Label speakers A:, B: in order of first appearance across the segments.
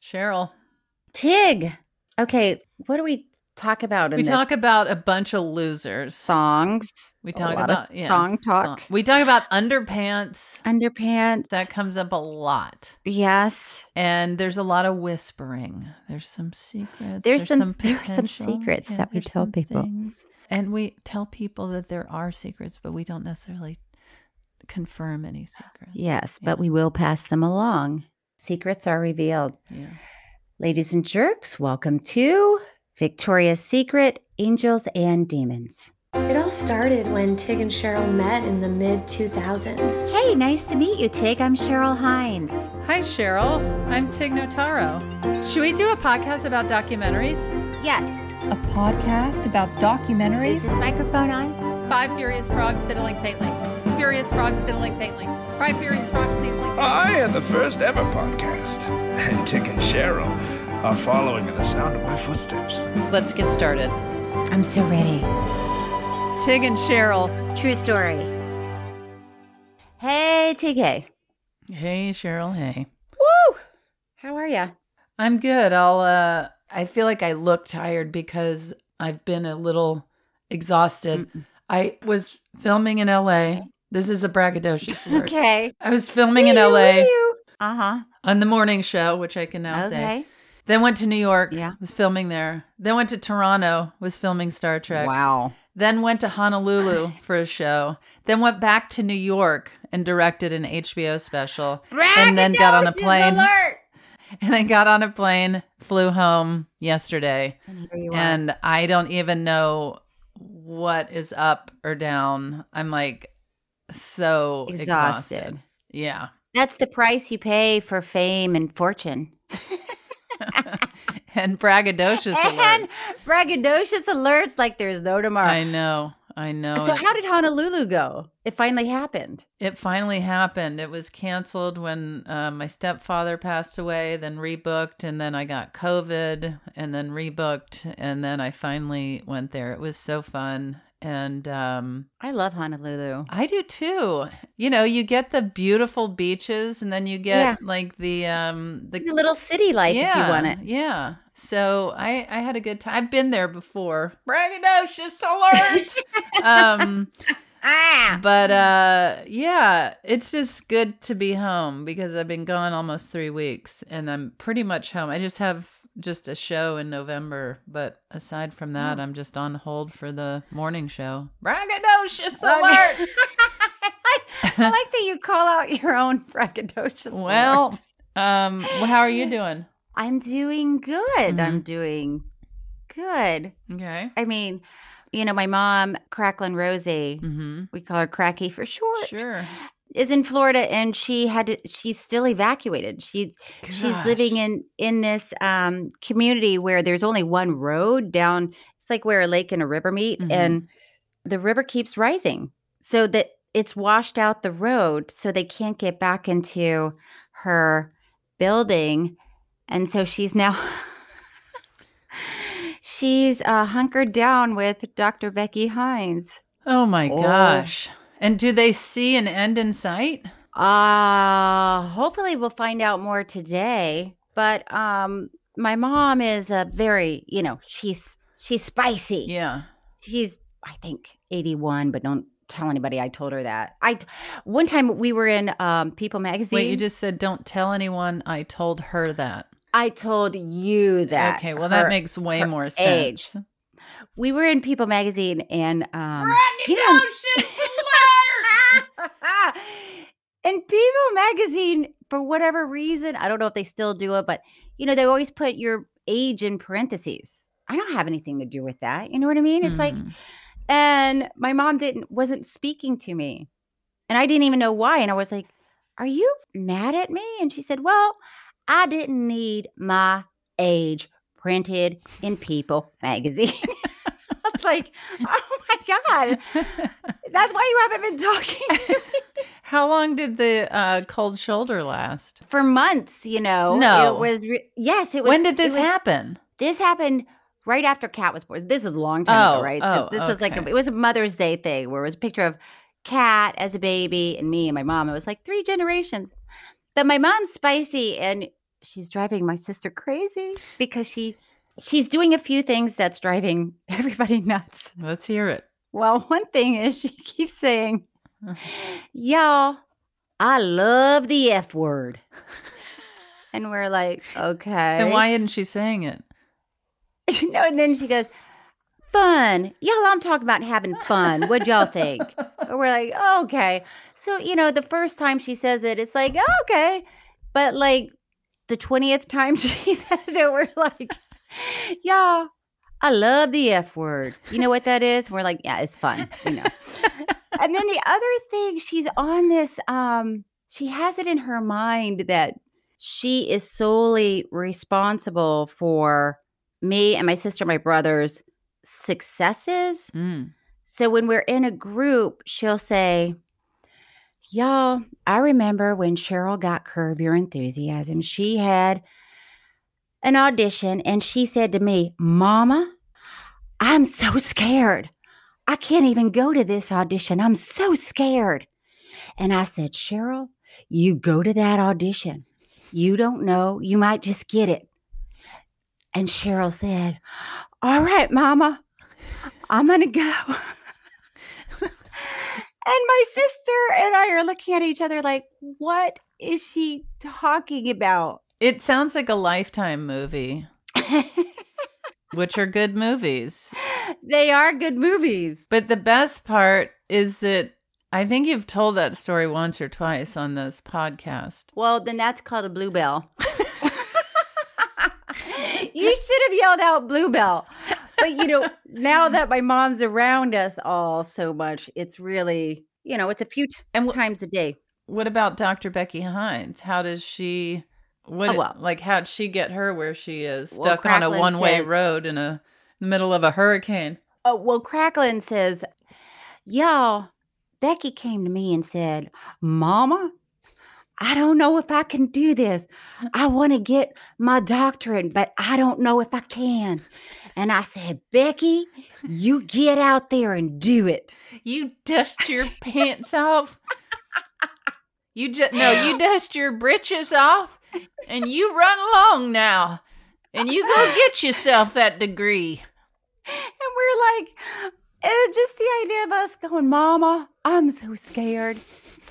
A: Cheryl.
B: Tig. Okay, what do we talk about in
A: we
B: the
A: talk about a bunch of losers.
B: songs?
A: We
B: A
A: talk
B: lot of
A: about yeah,
B: song talk.
A: We talk about underpants.
B: Underpants.
A: That comes up a lot.
B: yes.
A: And there's a lot of whispering. There's some secrets.
B: There's some- there are
A: there's
B: some secrets that we tell
A: some
B: people.
A: things. And we tell people that there are secrets, but we don't necessarily confirm any secrets.
B: Yes,
A: Yeah.
B: but we will pass them along. Secrets are revealed.
A: Yeah.
B: Ladies and jerks, welcome to Victoria's Secret Angels and Demons.
C: It all started when Tig and Cheryl met in the mid 2000s.
D: Hey, nice to meet you, Tig. I'm Cheryl Hines.
A: Hi, Cheryl. I'm Tig Notaro. Should we do a podcast about documentaries?
D: Yes.
E: A podcast about documentaries?
D: Is this microphone on?
A: Five Furious Frogs Fiddling Faintly. Furious Frogs Fiddling Faintly. Five Furious Frogs Fiddling
F: I am the first ever podcast, and Tick and Cheryl are following in the sound of my footsteps.
A: Let's get started.
B: I'm so ready.
A: Tig and Cheryl.
D: True story.
B: Hey, TK.
A: Hey, Cheryl. Hey.
B: Woo! How are ya?
A: I'm good. I'll, uh, I feel like I look tired because I've been a little exhausted. I was filming in LA. This is a braggadocious word.
B: Okay.
A: I was filming in Uh-huh. LA
B: Uh huh.
A: on the morning show, which I can now say.
B: Okay.
A: Then went to New York.
B: Yeah.
A: Was filming there. Then went to Toronto. Was filming Star Trek.
B: Wow.
A: Then went to Honolulu for a show. Then went back to New York and directed an HBO special. And then got on a plane. And then got on a plane, flew home yesterday.
B: And here you are.
A: And I don't even know what is up or down. I'm like so exhausted.
B: Exhausted.
A: Yeah.
B: That's the price you pay for fame and fortune.
A: and braggadocious
B: and
A: alert.
B: braggadocious alerts like there's no tomorrow.
A: I know. I know.
B: So
A: It-
B: how did Honolulu go? It finally happened.
A: It finally happened. It was canceled when uh, my stepfather passed away, then rebooked, and then I got COVID, and then rebooked, and then I finally went there. It was so fun. And um,
B: I love Honolulu.
A: I do too. You know, you get the beautiful beaches, and then you get
B: Yeah.
A: like the um, the
B: Your little city life if you want it.
A: Yeah. So I I had a good time. I've been there before. Braggadocious alert. um
B: Ah.
A: but uh yeah, it's just good to be home because I've been gone almost 3 weeks and I'm pretty much home. I just have just a show in November, but aside from
B: Oh.
A: that, I'm just on hold for the morning show. Braggadocious alert.
B: I, I like that you call out your own braggadocious.
A: well,
B: alerts.
A: um well, how are you doing?
B: I'm doing good.
A: Mm-hmm.
B: I'm doing good.
A: Okay.
B: I mean, you know, my mom, Cracklin Rosie,
A: Mhm.
B: we call her Cracky for short,
A: Sure.
B: is in Florida, and she had to, she's still evacuated. She she's living
A: Gosh.
B: in in this um community where there's only one road down it's like where a lake and a river meet
A: Mhm.
B: and the river keeps rising so that it's washed out the road so they can't get back into her building and so she's now she's uh hunkered down with dr becky hines
A: Oh my
B: Oh.
A: gosh. And do they see an end in sight?
B: Uh hopefully we'll find out more today. But um my mom is a very, you know, she's she's spicy.
A: Yeah.
B: She's I think 81, but don't tell anybody I told her that. I one time we were in um People magazine.
A: Wait, you just said don't tell anyone I told her that.
B: I told you that.
A: okay, well that
B: her-
A: makes way
B: her
A: more
B: age.
A: sense.
B: we were in People magazine and um you know- and People magazine for whatever reason, I don't know if they still do it, but you know, they always put your age in parentheses. I don't have anything to do with that. You know what I mean? It's like
A: Hmm.
B: and my mom didn't wasn't speaking to me and i didn't even know why and i was like are you mad at me and she said well i didn't need my age printed in people magazine i was like oh my god
A: hmm.
B: that's why you haven't been talking to me
A: How long did the uh, cold shoulder last?
B: for months you know
A: No.
B: it was re- yes it was
A: when did
B: it
A: this
B: was-
A: happen?
B: this happened right after Cat was born. This is a long time
A: Oh,
B: ago, right?
A: oh,
B: this was like a,
A: okay.
B: it was a Mother's Day thing where it was a picture of Cat as a baby and me and my mom. It was like three generations. But my mom's spicy and she's driving my sister crazy because she she's doing a few things that's driving everybody nuts.
A: Let's hear it.
B: Well, one thing is she keeps saying, Y'all, I love the F word. And we're like, okay.
A: Then why isn't she saying it?
B: you know, and then she goes, fun. Y'all, I'm talking about having fun. What'd y'all think? And we're like, "Oh, okay. So, you know, the first time she says it, it's like, "Oh, okay. But like the 20th time she says it, we're like, y'all, I love the F word. You know what that is? We're like, yeah, it's fun, you know. and then the other thing, she's on this, um, she has it in her mind that she is solely responsible for me and my sister, my brother's successes.
A: Mm.
B: So when we're in a group, she'll say, Y'all, I remember when Cheryl got Curb Your Enthusiasm, she had an audition and she said to me, Mama, I'm so scared. I can't even go to this audition. I'm so scared. And I said, Cheryl, you go to that audition. You don't know. You might just get it. And Cheryl said, All right, Mama, I'm going to go. And my sister and I are looking at each other like, what is she talking about?
A: It sounds like a lifetime movie, which are good movies.
B: they are good movies.
A: But the best part is that I think you've told that story once or twice on this podcast.
B: Well, then that's called a bluebell. you should have yelled out bluebell. But you know, now that my mom's around us all so much, it's really, you know, it's a few t-
A: And wh-
B: times a day.
A: What about Dr. Becky Hines? How does she what
B: Oh, well.
A: like how'd she get her where she is
B: Well,
A: stuck on a
B: Cracklin
A: one way
B: says-
A: road in a in the middle of a hurricane?
B: Oh, well, Cracklin says, Y'all, Becky came to me and said, Mama, I don't know if I can do this. I want to get my doctorate, but I don't know if I can. And I said, Becky, you get out there and do it.
A: You dust your pants off. You just no, you dust your britches off and you run along now. And you go get yourself that degree.
B: And we're like, uh, just the idea of us going, Mama, I'm so scared. It's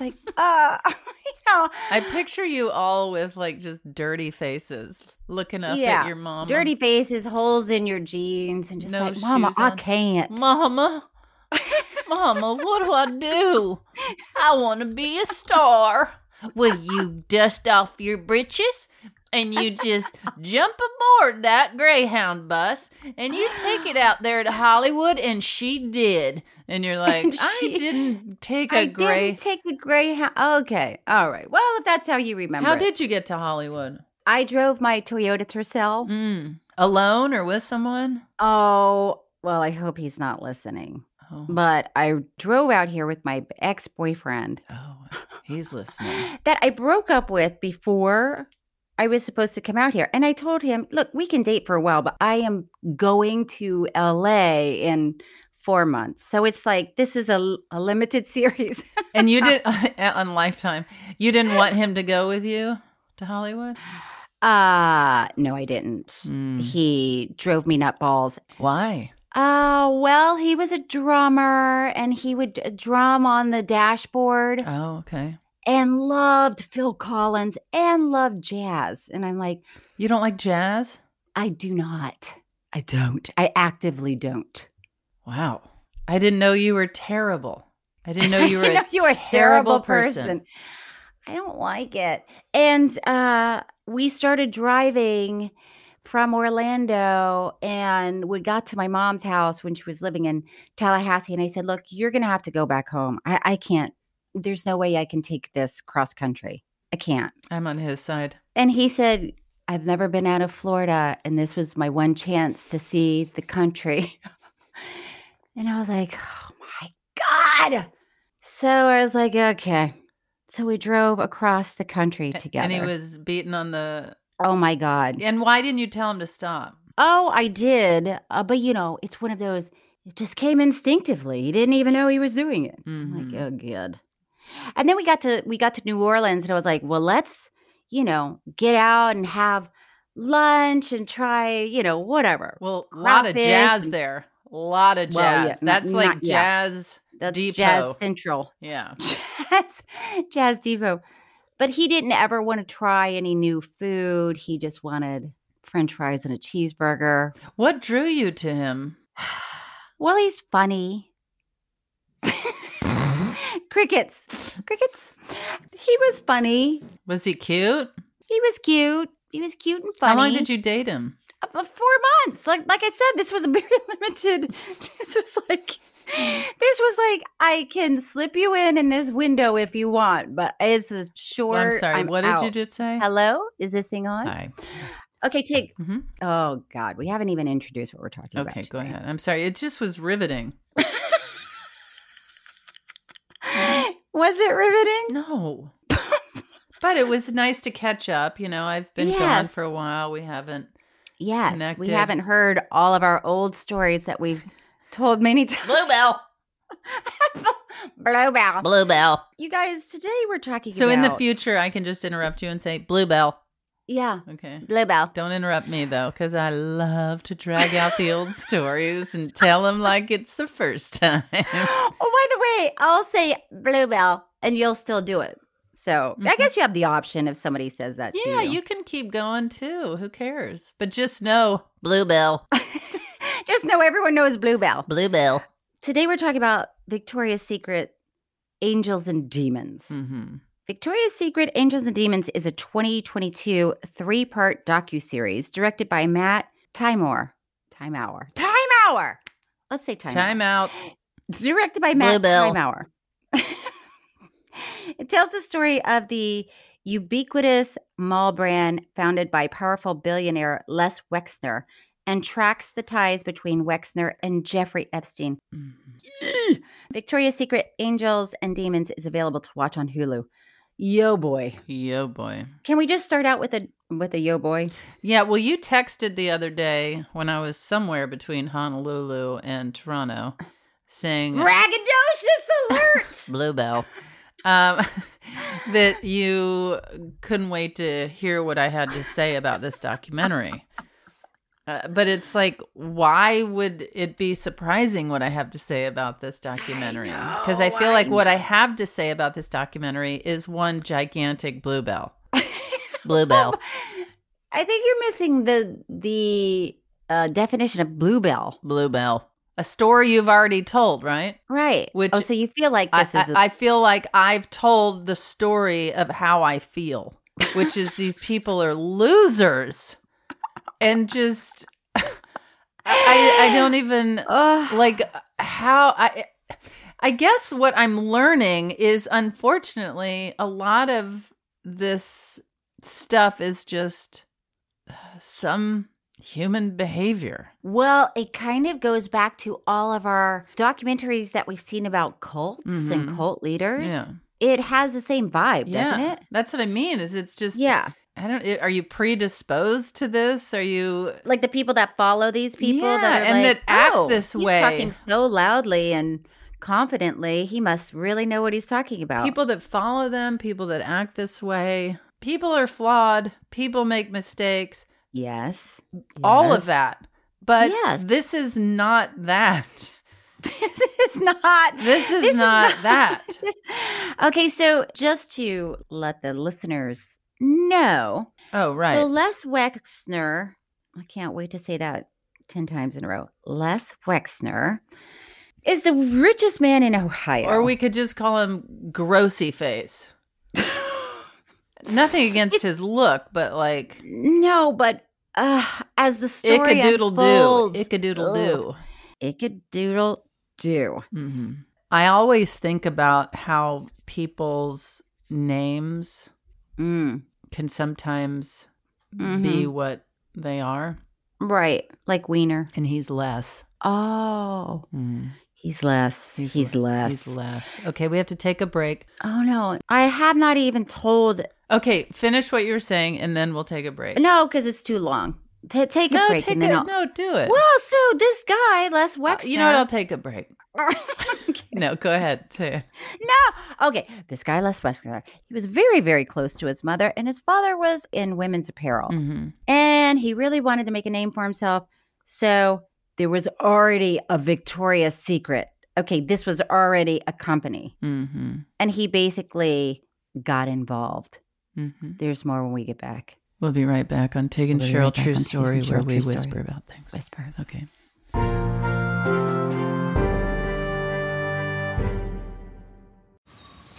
B: like, uh, you know,
A: I picture you all with like just dirty faces looking up
B: Yeah,
A: at your mom.
B: dirty faces, holes in your jeans, and just
A: No
B: like, Mama,
A: shoes
B: I
A: on.
B: can't.
A: Mama. Mama, what do I do? I want to be a star. Will you dust off your britches and you just jump aboard that Greyhound bus and you take it out there to Hollywood? And she did. And you're like,
B: And
A: I
B: she-
A: didn't take a
B: I
A: gray.
B: didn't take the Greyhound. Okay, all right. Well, if that's how you remember,
A: How
B: it.
A: did you get to Hollywood?
B: I drove my Toyota Tercel?
A: Mm. Alone or with someone?
B: Oh, well, I hope he's not listening.
A: Oh.
B: But I drove out here with my ex boyfriend
A: Oh, he's listening.
B: that I broke up with before I was supposed to come out here, and I told him, "Look, we can date for a while, but I am going to LA in." Four months. So it's like this is a, a limited series.
A: And you did on Lifetime. You didn't want him to go with you to Hollywood.
B: Uh, no, I didn't.
A: Mm.
B: He drove me nutballs.
A: Why?
B: Uh, well, he was a drummer and he would uh, drum on the dashboard
A: Oh, okay.
B: and loved Phil Collins and loved jazz. And I'm like,
A: You don't like jazz?
B: I do not. I don't. I actively don't.
A: Wow. I didn't know you were terrible. I didn't know you were,
B: I
A: a, terrible, person.
B: I don't like it. And uh, we started driving from Orlando and we got to my mom's house when she was living in Tallahassee. And I said, Look, you're going to have to go back home. I, I can't. There's no way I can take this cross country. I can't.
A: I'm on his side.
B: And he said, I've never been out of Florida, and this was my one chance to see the country. and I was like, oh my God. So I was like, okay. So we drove across the country
A: A-
B: together.
A: And he was beaten on the.
B: oh my God.
A: And why didn't you tell him to stop?
B: Oh, I did. Uh, but you know, it's one of those, it just came instinctively. He didn't even know he was doing it. I'm
A: Mhm.
B: like, oh good. And then we got to we got to New Orleans and I was like, well, let's, you know, get out and have lunch and try, you know, whatever.
A: Well, a lot of
B: Crawfish
A: jazz
B: and-
A: there. A lot of jazz.
B: Well, yeah, not-
A: That's like
B: not- yeah.
A: jazz.
B: That's
A: Depot.
B: Jazz Central.
A: Yeah.
B: Jazz Jazz Depot. But he didn't ever want to try any new food. He just wanted french fries and a cheeseburger.
A: What drew you to him?
B: Well, he's funny. Crickets. Crickets. He was funny.
A: Was he cute?
B: He was cute. He was cute and funny.
A: How long did you date him?
B: Uh, uh, Four months. Like like I said, this was a very limited. This was like this was like I can slip you in in this window if you want, but it's a short.
A: Well, I'm sorry. what did you
B: out.
A: just say?
B: Hello, is this thing on?
A: Hi.
B: Okay, take.
A: Mhm.
B: Oh God, we haven't even introduced what we're talking about.
A: Okay, go
B: today.
A: ahead. I'm sorry. It just was riveting.
B: was it riveting?
A: No. but it was nice to catch up. You know, I've been gone
B: Yes.
A: for a while. We haven't.
B: Yes, we
A: Connected.
B: haven't heard all of our old stories that we've told many times.
A: Bluebell.
B: Blowbow.
A: Bluebell.
B: you guys, today we're talking.
A: So in the
B: about-
A: future, I can just interrupt you and say Bluebell.
B: yeah,
A: Okay.
B: blowbow.
A: Don't interrupt me though, because I love to drag out the old stories and tell them like it's the first time.
B: oh, by the way, I'll say bluebell and you'll still do it. So I
A: Mhm.
B: guess you have the option if somebody says that to
A: yeah, you can keep going too. Who cares? But just know Bluebell.
B: Just know everyone knows bluebell.
A: Bluebell.
B: Today we're talking about Victoria's Secret Angels and Demons.
A: Mm-hmm.
B: Victoria's Secret Angels and Demons is a 2022 three-part docuseries directed by Matt Timor. Time Hour. Time Hour. Let's say Time.
A: Time out.
B: It's directed by Matt
A: Bluebell.
B: Timauer. it tells the story of the ubiquitous mall brand founded by powerful billionaire Les Wexner and tracks the ties between Wexner and Jeffrey Epstein.
A: Mm.
B: Victoria's Secret Angels and Demons is available to watch on Hulu. Yo boy.
A: Yo boy.
B: Can we just start out with a with a yo boy?
A: Yeah, well, you texted the other day when I was somewhere between Honolulu and Toronto saying
B: Braggadocious alert.
A: Bluebell um, that you couldn't wait to hear what I had to say about this documentary. Uh, but it's like, why would it be surprising what I have to say about this documentary? Because I, feel like what I have to say about this documentary is one gigantic bluebell. Bluebell.
B: I think you're missing the the uh, definition of bluebell.
A: Bluebell. A story you've already told, right?
B: Right.
A: Which-
B: oh, so you feel like
A: I,
B: this is a
A: I- I feel like I've told the story of how I feel, which is these people are losers and just I, I don't e even
B: Ugh.
A: like how I I guess what I'm learning is unfortunately a lot of this stuff is just some human behavior.
B: well, it kind of goes back to all of our documentaries that we've seen about cults
A: Mhm.
B: and cult leaders. It has the same vibe, doesn't it?
A: That's what I mean is it's just
B: Yeah.
A: I don't. eh, Are you predisposed to this? Are you?
B: Like the people that follow these people that
A: Yeah,
B: are
A: and
B: like,
A: that act
B: "Oh,
A: this
B: he's
A: way."
B: talking so loudly and confidently. He must really know what he's talking about.
A: People that follow them, people that act this way, people are flawed, people make mistakes,
B: Yes.
A: all of
B: Yes.
A: that. But
B: Yes.
A: this is not that.
B: This is not.
A: This is not that.
B: okay, so just to let the listeners know,
A: Oh, right.
B: So Les Wexner, I can't wait to say that 10 times in a row. Les Wexner is the richest man in Ohio.
A: Or we could just call him Grossy Face. Nothing against his look, but like
B: No, but uh, as the story
A: ickadoodle
B: unfolds,
A: do, ickadoodle
B: Ickadoodle do.
A: do. hmm I always think about how people's names
B: Mm,
A: can sometimes be
B: mhm.
A: what they are,
B: right, like Wiener.
A: and he's less.
B: Oh, he's less. He's, less.
A: He's less. Okay, we have to take a break.
B: Oh no, I have not even told.
A: Okay, finish what you were saying, and then we'll take a break.
B: No, because it's too long. Ta take a
A: no,
B: break
A: take
B: and then
A: it.
B: I'll.
A: No, do it.
B: Well, so this guy, Les
A: Uh,
B: Wexner.
A: You know what? I'll take a break.
B: Okay.
A: No, go ahead. Say it.
B: No. Okay. This guy, Les Wexner, he was very, very close to his mother, and his father was in women's apparel.
A: Mhm.
B: And he really wanted to make a name for himself. So there was already a Victoria's Secret. Okay. This was already a company.
A: Mm-hmm.
B: And he basically got involved.
A: Mm-hmm.
B: There's more when we get back.
A: We'll be right back on Tig and
B: We'll be
A: Cheryl
B: right back
A: True
B: on Tig and
A: Story,
B: Cheryl
A: where
B: True
A: we
B: Story.
A: whisper about things.
B: Whispers.
A: Okay.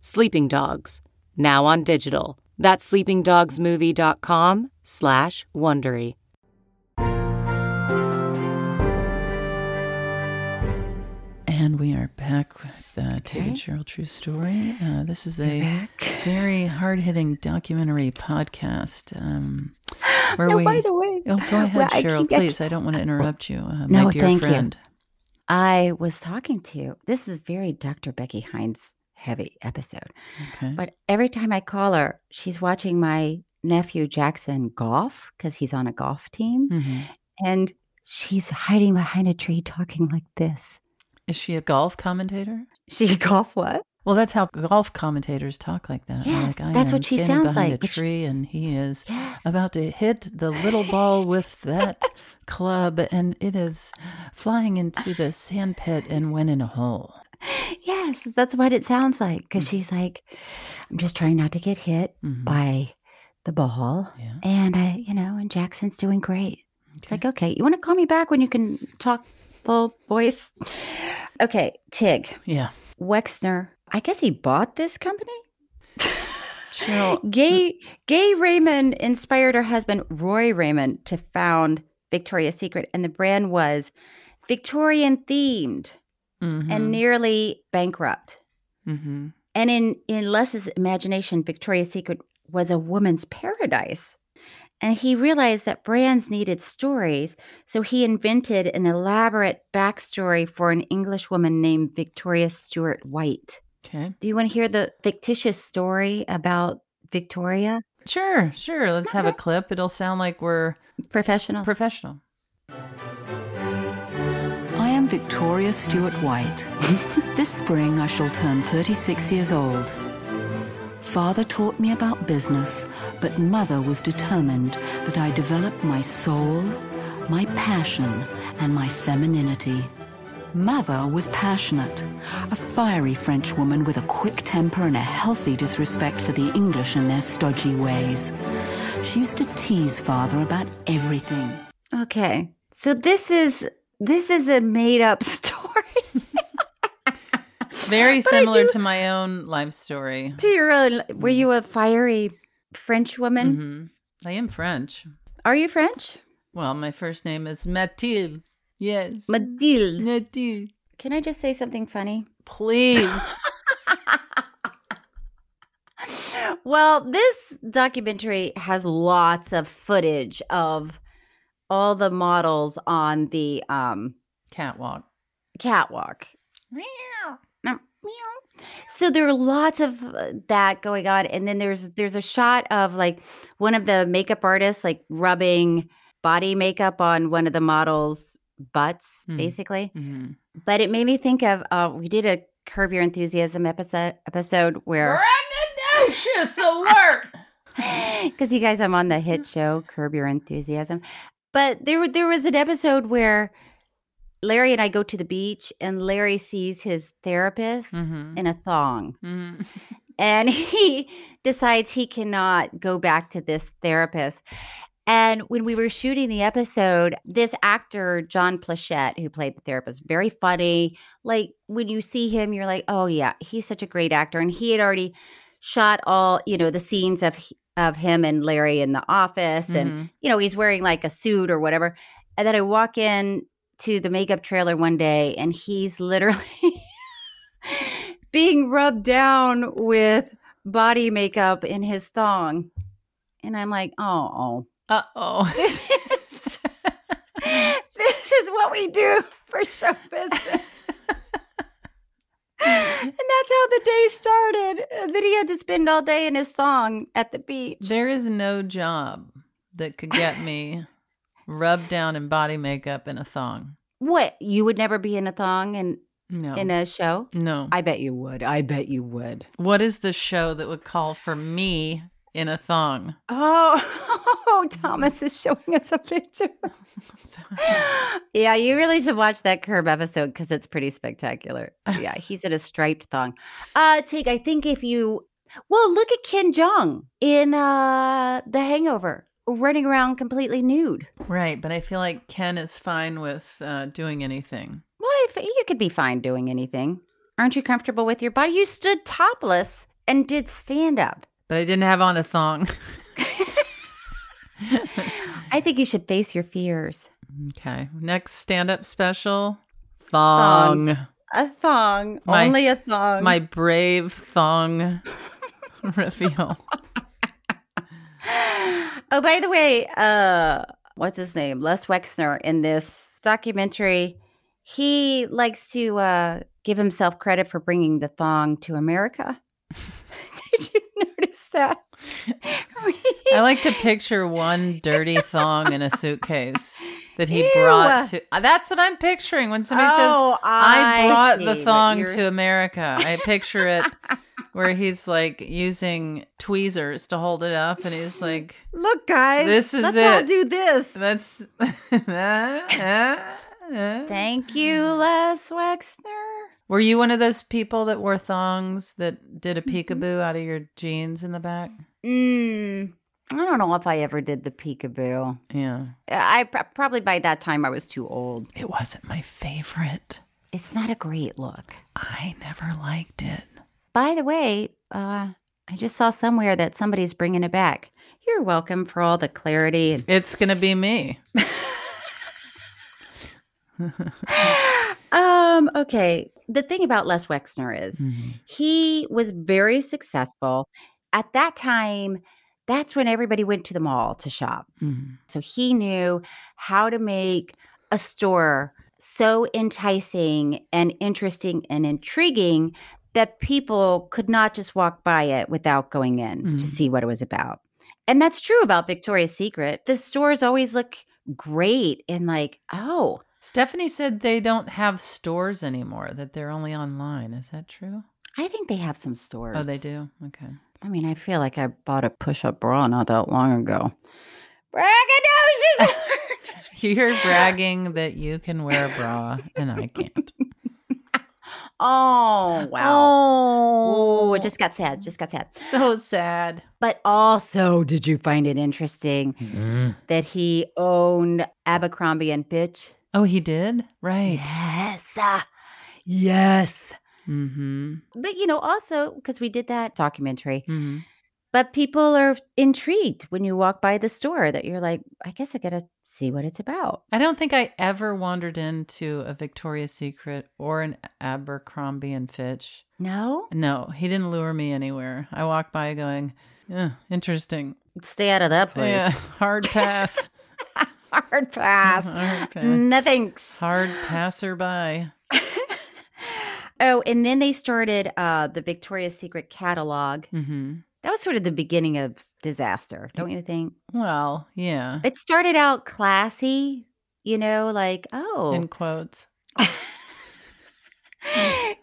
G: Sleeping Dogs, now on digital. That's sleepingdogsmovie.com slash Wondery.
A: And we are back with uh, Tig and Cheryl True Story. Uh, this is a very hard hitting documentary podcast. Um, where
B: No,
A: we,
B: by the way-
A: Oh, go ahead,
B: Well, I
A: Cheryl,
B: keep- I
A: please.
B: keep-
A: I, don't want to interrupt you. Uh,
B: No,
A: my dear
B: thank you.
A: friend.
B: I was talking to, this is very Dr. Becky Hines heavy episode.
A: Okay.
B: But every time I call her, she's watching my nephew Jackson golf because he's on a golf team.
A: Mhm.
B: And she's hiding behind a tree talking like this.
A: Is she a golf commentator?
B: She golf what?
A: Well, that's how golf commentators talk like that. They're
B: Yes,
A: like, I
B: that's
A: am
B: what she
A: standing
B: sounds
A: behind A
B: like, but she-
A: tree, and he is
B: Yes.
A: about to hit the little ball with that club, and it is flying into the sand pit and went in a hole.
B: Yes, that's what it sounds like. Because she's like, I'm just trying not to get hit
A: Mhm.
B: by the ball.
A: Yeah.
B: And I, you know, and Jackson's doing great. It's like, okay, you want to call me back when you can talk full voice? Okay, Tig.
A: Yeah.
B: Wexner, I guess he bought this company.
A: Cheryl,
B: Gay Gay Raymond inspired her husband Roy Raymond to found Victoria's Secret, and the brand was Victorian themed
A: mhm,
B: and nearly bankrupt.
A: mhm.
B: And in in Les's imagination, Victoria's Secret was a woman's paradise. And he realized that brands needed stories, so he invented an elaborate backstory for an English woman named Victoria Stewart White.
A: okay,
B: Do you want to hear the fictitious story about Victoria?
A: sure, sure. Let's have a clip. It'll sound like we're
B: Professional.
A: professional.
H: I am Victoria Stewart White. this spring I shall turn 36 years old. Father taught me about business, but mother was determined that I develop my soul, my passion, and my femininity. Mother was passionate, a fiery French woman with a quick temper and a healthy disrespect for the English and their stodgy ways. She used to tease father about everything.
B: Okay. So this is this is a made up story.
A: Very
B: But I
A: similar
B: do-
A: to my own life story.
B: Do you really were you a fiery French woman?
A: Mm-hmm. I am French.
B: Are you French?
A: Well, my first name is Mathilde. Yes.
B: Mathilde.
A: Mathilde.
B: Can I just say something funny?
A: Please.
B: Well, this documentary has lots of footage of all the models on the um
A: Catwalk.
B: catwalk. So there are lots of uh, that going on, and then there's there's a shot of like one of the makeup artists like rubbing body makeup on one of the models' butts,
A: Mhm.
B: basically.
A: Mhm.
B: But it made me think of uh, we did a Curb Your Enthusiasm episode episode where
A: Braggadocious alert.
B: because you guys, I'm on the hit show Curb Your Enthusiasm, but there were- there was an episode where Larry and I go to the beach, and Larry sees his therapist
A: Mhm.
B: in a thong.
A: Mhm.
B: and he decides he cannot go back to this therapist. And when we were shooting the episode, this actor, John Plachette, who played the therapist, very funny. Like when you see him, you're like, oh, yeah, he's such a great actor. And he had already shot all, you know, the scenes of, h- of him and Larry in the office.
A: Mhm.
B: And, you know, he's wearing like a suit or whatever. And then I walk in to the makeup trailer one day and he's literally being rubbed down with body makeup in his thong. And I'm like, oh,
A: Uh oh.
B: this is, this is what we do for show business. and that's how the day started. uh, That he had to spend all day in his thong at the beach.
A: There is no job that could get me rubbed down in body makeup in a thong.
B: What? You would never be in a thong in,
A: No.
B: in a show?
A: no.
B: Oh. I bet you would. I bet you would.
A: what is the show that would call for me in a thong?
B: Oh, Thomas is showing us a picture. yeah, you really should watch that curb episode because it's pretty spectacular. Yeah, he's in a striped thong. Uh Tig, I think if you well, look at Ken Jong in uh The Hangover, running around completely nude.
A: Right, but I feel like Ken is fine with uh, doing anything.
B: Well, if you could be fine doing anything. Aren't you comfortable with your body? You stood topless and did stand up.
A: But I didn't have on a thong.
B: I think you should face your fears.
A: okay, next stand up special thong.
B: A thong,
A: My-
B: only a thong.
A: My brave thong reveal.
B: oh, by the way, uh, what's his name? Les Wexner in this documentary, he likes to uh, give himself credit for bringing the thong to America. Did you notice that?
A: Um, I like to picture one dirty thong in a suitcase that he
B: Ew.
A: brought to. Uh, That's what I'm picturing when somebody says, "I, brought the thong to America." I picture it where he's like using tweezers to hold it up, and he's like,
B: Look, guys,
A: This is
B: let's all
A: it.
B: do this.
A: "That's." uh,
B: Thank you, Les Wexner.
A: Were you one of those people that wore thongs that did a peekaboo out of your jeans in the back?
B: Mm, I don't know if I ever did the peekaboo.
A: Yeah,
B: I pr- probably by that time I was too old.
A: it wasn't my favorite.
B: It's not a great look.
A: I never liked it.
B: By the way, uh, I just saw somewhere that somebody's bringing it back. You're welcome for all the clarity. And-
A: It's gonna be me.
B: um, okay. The thing about Les Wexner
A: Hmm.
B: is
A: Mm-hmm.
B: he was very successful. At that time, that's when everybody went to the mall to shop.
A: Mm-hmm.
B: So he knew how to make a store so enticing and interesting and intriguing that people could not just walk by it without going in
A: Mhm.
B: to see what it was about. And that's true about Victoria's Secret. The stores always look great and like, oh,
A: Stephanie said they don't have stores anymore; that they're only online. Is that true?
B: I think they have some stores.
A: Oh, they do. Okay.
B: I mean, I feel like I bought a push-up bra not that long ago. Braggadocious!
A: You're bragging that you can wear a bra and I can't.
B: Oh, wow. Oh, it just got sad. Just got sad.
A: So sad.
B: But also, did you find it interesting
A: Mm-hmm.
B: that he owned Abercrombie and Fitch?
A: Oh, he did? Right.
B: Yes. Yes.
A: Mm-hmm.
B: But, you know, also, because we did that documentary.
A: Mm-hmm.
B: But people are intrigued when you walk by the store that you're like, I guess I gotta see what it's about.
A: I don't think I ever wandered into a Victoria's Secret or an Abercrombie and Fitch.
B: No?
A: No, he didn't lure me anywhere. I walked by going, "Ugh, interesting.
B: Stay out of that place.
A: Yeah, hard pass.
B: Hard pass. Mm,
A: Hard pass.
B: No thanks.
A: hard passerby.
B: Oh, and then they started uh, the Victoria's Secret catalog.
A: Mm-hmm.
B: That was sort of the beginning of disaster, don't you think?
A: Well, yeah.
B: It started out classy, you know, like, oh.
A: In quotes.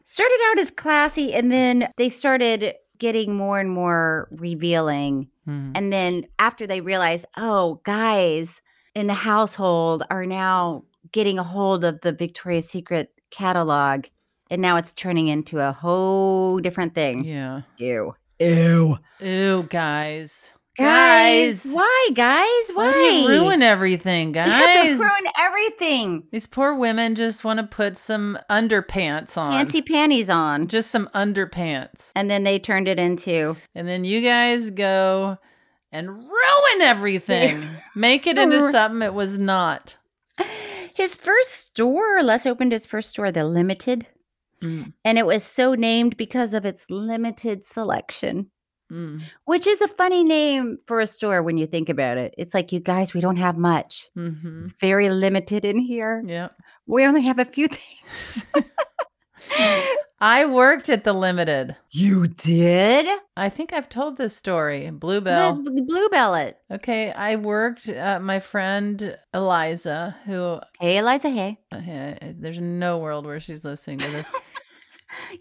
B: started out as classy, and then they started getting more and more revealing.
A: Mhm.
B: And then after they realized, oh, guys in the household are now getting a hold of the Victoria's Secret catalog. And now it's turning into a whole different thing.
A: Yeah.
B: Ew. Ew.
A: Ew, guys.
B: Guys. Why, guys?
A: Why
B: Why?
A: do you ruin everything,
B: You have to
A: guys?
B: ruin e- everything.
A: These poor women just want to put some underpants on.
B: Fancy panties on.
A: Just some underpants.
B: And then they turned it into
A: And then you guys go and ruin everything. Make it into something it was not.
B: his first store. Les opened his first store, The Limited.
A: Mm,
B: And it was so named because of its limited selection,
A: mm,
B: which is a funny name for a store when you think about it. It's like, you guys, we don't have much.
A: hmm
B: It's very limited in here.
A: Yeah.
B: We only have a few things.
A: I worked at the Limited.
B: you did?
A: I think I've told this story. Bluebell.
B: The blue bellet.
A: Okay, I worked. Uh, my friend Eliza, who
B: Hey, Eliza, hey.
A: uh, there's no world where she's listening to this.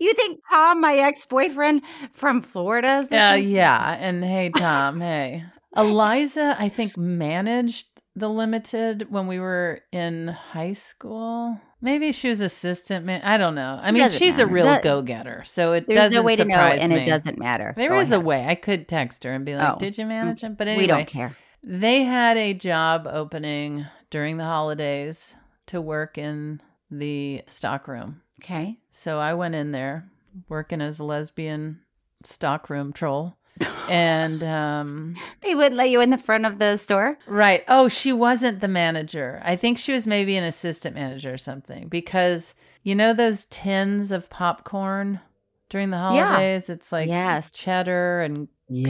B: You think Tom, my ex boyfriend from Florida, is
A: Uh,
B: listening to
A: yeah, and hey Tom, hey Eliza, I think managed the limited when we were in high school. Maybe she was assistant man. I don't know. I mean,
B: Doesn't
A: she's a
B: matter.
A: real
B: That-
A: go getter, so it
B: There's
A: doesn't
B: no way to know,
A: surprise
B: and
A: me.
B: it doesn't matter.
A: There
B: Go
A: is a
B: ahead.
A: way I could text her and be like,
B: Oh.
A: "Did you manage him?" But anyway,
B: We don't care.
A: They had a job opening during the holidays to work in the stockroom.
B: Okay.
A: So I went in there working as a lesbian stockroom troll. And um
B: They wouldn't let you in the front of the store.
A: right, oh, she wasn't the manager. I think she was maybe an assistant manager or something because you know those tins of popcorn during the
B: Yeah.
A: holidays? It's like
B: Yes.
A: cheddar and
B: Yes.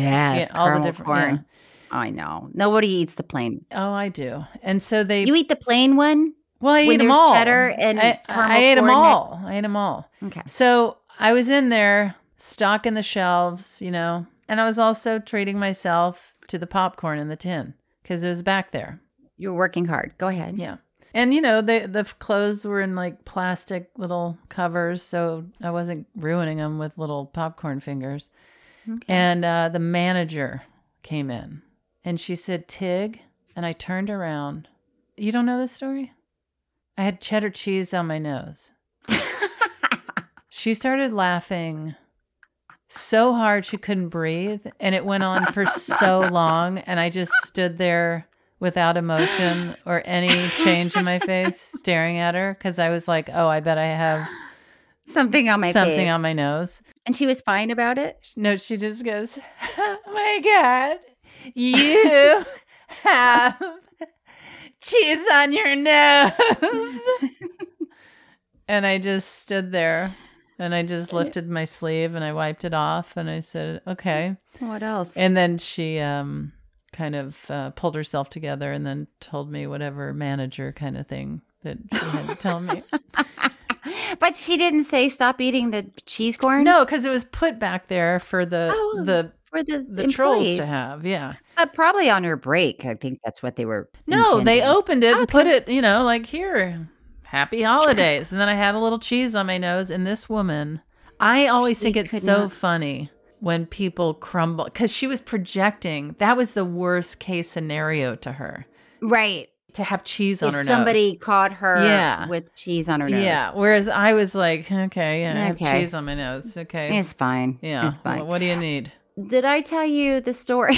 A: yeah, all the
B: caramel
A: different
B: corn. I know. Nobody eats the plain.
A: yeah. Oh, I do. And so they
B: You eat the plain one.
A: well, I ate
B: when
A: them
B: there's
A: all.
B: cheddar and
A: I, I
B: caramel
A: ate them
B: corn mix-
A: all. I ate them all.
B: Okay.
A: So I was in there stocking the shelves, you know, and I was also treating myself to the popcorn in the tin because it was back there.
B: You're working hard. Go ahead.
A: Yeah. And you know, the the f- clothes were in like plastic little covers, so I wasn't ruining them with little popcorn fingers.
B: Okay.
A: And uh, the manager came in and she said, Tig. And I turned around. You don't know this story? I had cheddar cheese on my nose. She started laughing so hard she couldn't breathe. And it went on for so long. And I just stood there without emotion or any change in my face, staring at her because I was like, oh, I bet I have
B: Something on my
A: something
B: face.
A: on my nose.
B: And she was fine about it.
A: No, she just goes, Oh my God, you have cheese on your nose. and I just stood there and I just lifted my sleeve and I wiped it off and I said, Okay.
B: What else?
A: And then she um, kind of uh, pulled herself together and then told me whatever manager kind of thing that she had to tell me.
B: but she didn't say stop eating the cheese corn.
A: No, because it was put back there for the,
B: Oh.
A: the,
B: for the
A: the
B: employees.
A: trolls to have, yeah.
B: But probably on her break. I think that's what they were.
A: No, they
B: intending.
A: opened it and
B: Okay.
A: put it, you know, like here, happy holidays. And then I had a little cheese on my nose. And this woman, I always
B: She
A: think it's
B: could
A: so
B: not-
A: funny when people crumble because she was projecting. That was the worst case scenario to her.
B: Right.
A: to have cheese on
B: If
A: her
B: somebody
A: nose.
B: caught her
A: Yeah.
B: with cheese on her nose.
A: Yeah. Whereas I was like, okay, yeah, I have
B: Okay.
A: cheese on my nose. Okay.
B: It's fine.
A: Yeah.
B: It's fine.
A: Wh- what do you need?
B: Did I tell you the story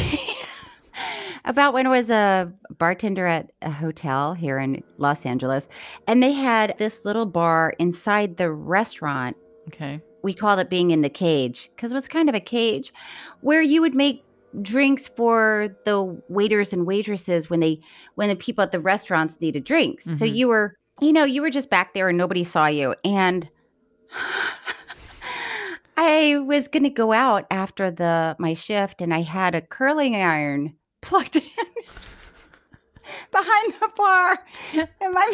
B: about when I was a bartender at a hotel here in Los Angeles? And they had this little bar inside the restaurant.
A: Okay.
B: We called it being in the cage because it was kind of a cage where you would make drinks for the waiters and waitresses when they when the people at the restaurants needed drinks. So
I: Mhm.
B: you were, you know, you were just back there and nobody saw you. And I was going to go out after the my shift and I had a curling iron plugged in behind the bar and my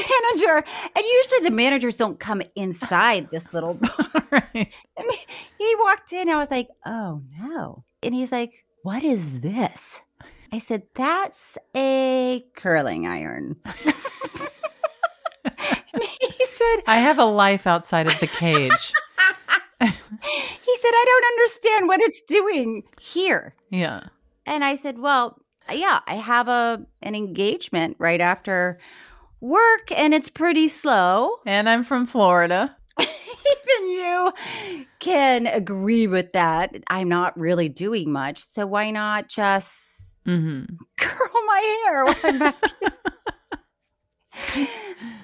B: manager and usually the managers don't come inside this little bar. And he walked in I was like, "Oh no." And he's like, "What is this?" I said, "That's a curling iron."
A: I have a life outside of the cage.
B: He said, "I don't understand what it's doing here."
A: yeah.
B: And I said, "Well, yeah, I have a an engagement right after work and it's pretty slow."
A: And I'm from Florida.
B: Even you can agree with that. I'm not really doing much, so why not just
A: Mm-hmm.
B: curl my hair while I'm back? here?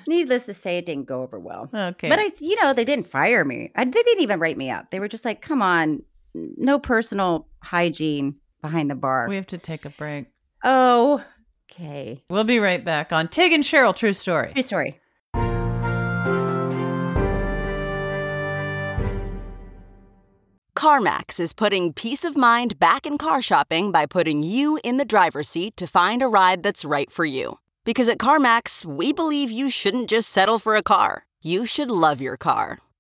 B: Needless to say, it didn't go over well.
A: Okay.
B: But I, you know, they didn't fire me. I, they didn't even write me up. They were just like, "Come on, no personal hygiene behind the bar."
A: we have to take a break.
B: oh, okay.
A: We'll be right back on Tig and Cheryl True Story.
B: True story.
J: CarMax is putting peace of mind back in car shopping by putting you in the driver's seat to find a ride that's right for you. Because at CarMax, we believe you shouldn't just settle for a car, you should love your car.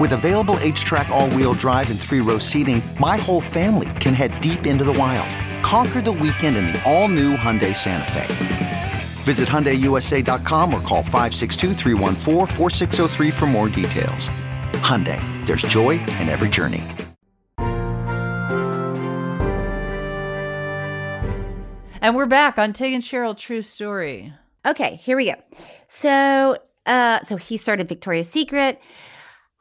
K: With available H track, all wheel drive, and three row seating, my whole family can head deep into the wild. Conquer the weekend in the all new Hyundai Santa Fe. Visit HyundaiUSA.com or call 562-314-4603 for more details. Hyundai, there's joy in every journey.
A: And we're back on Tig and Cheryl True Story.
B: Okay, here we go. So, uh, so he started Victoria's Secret.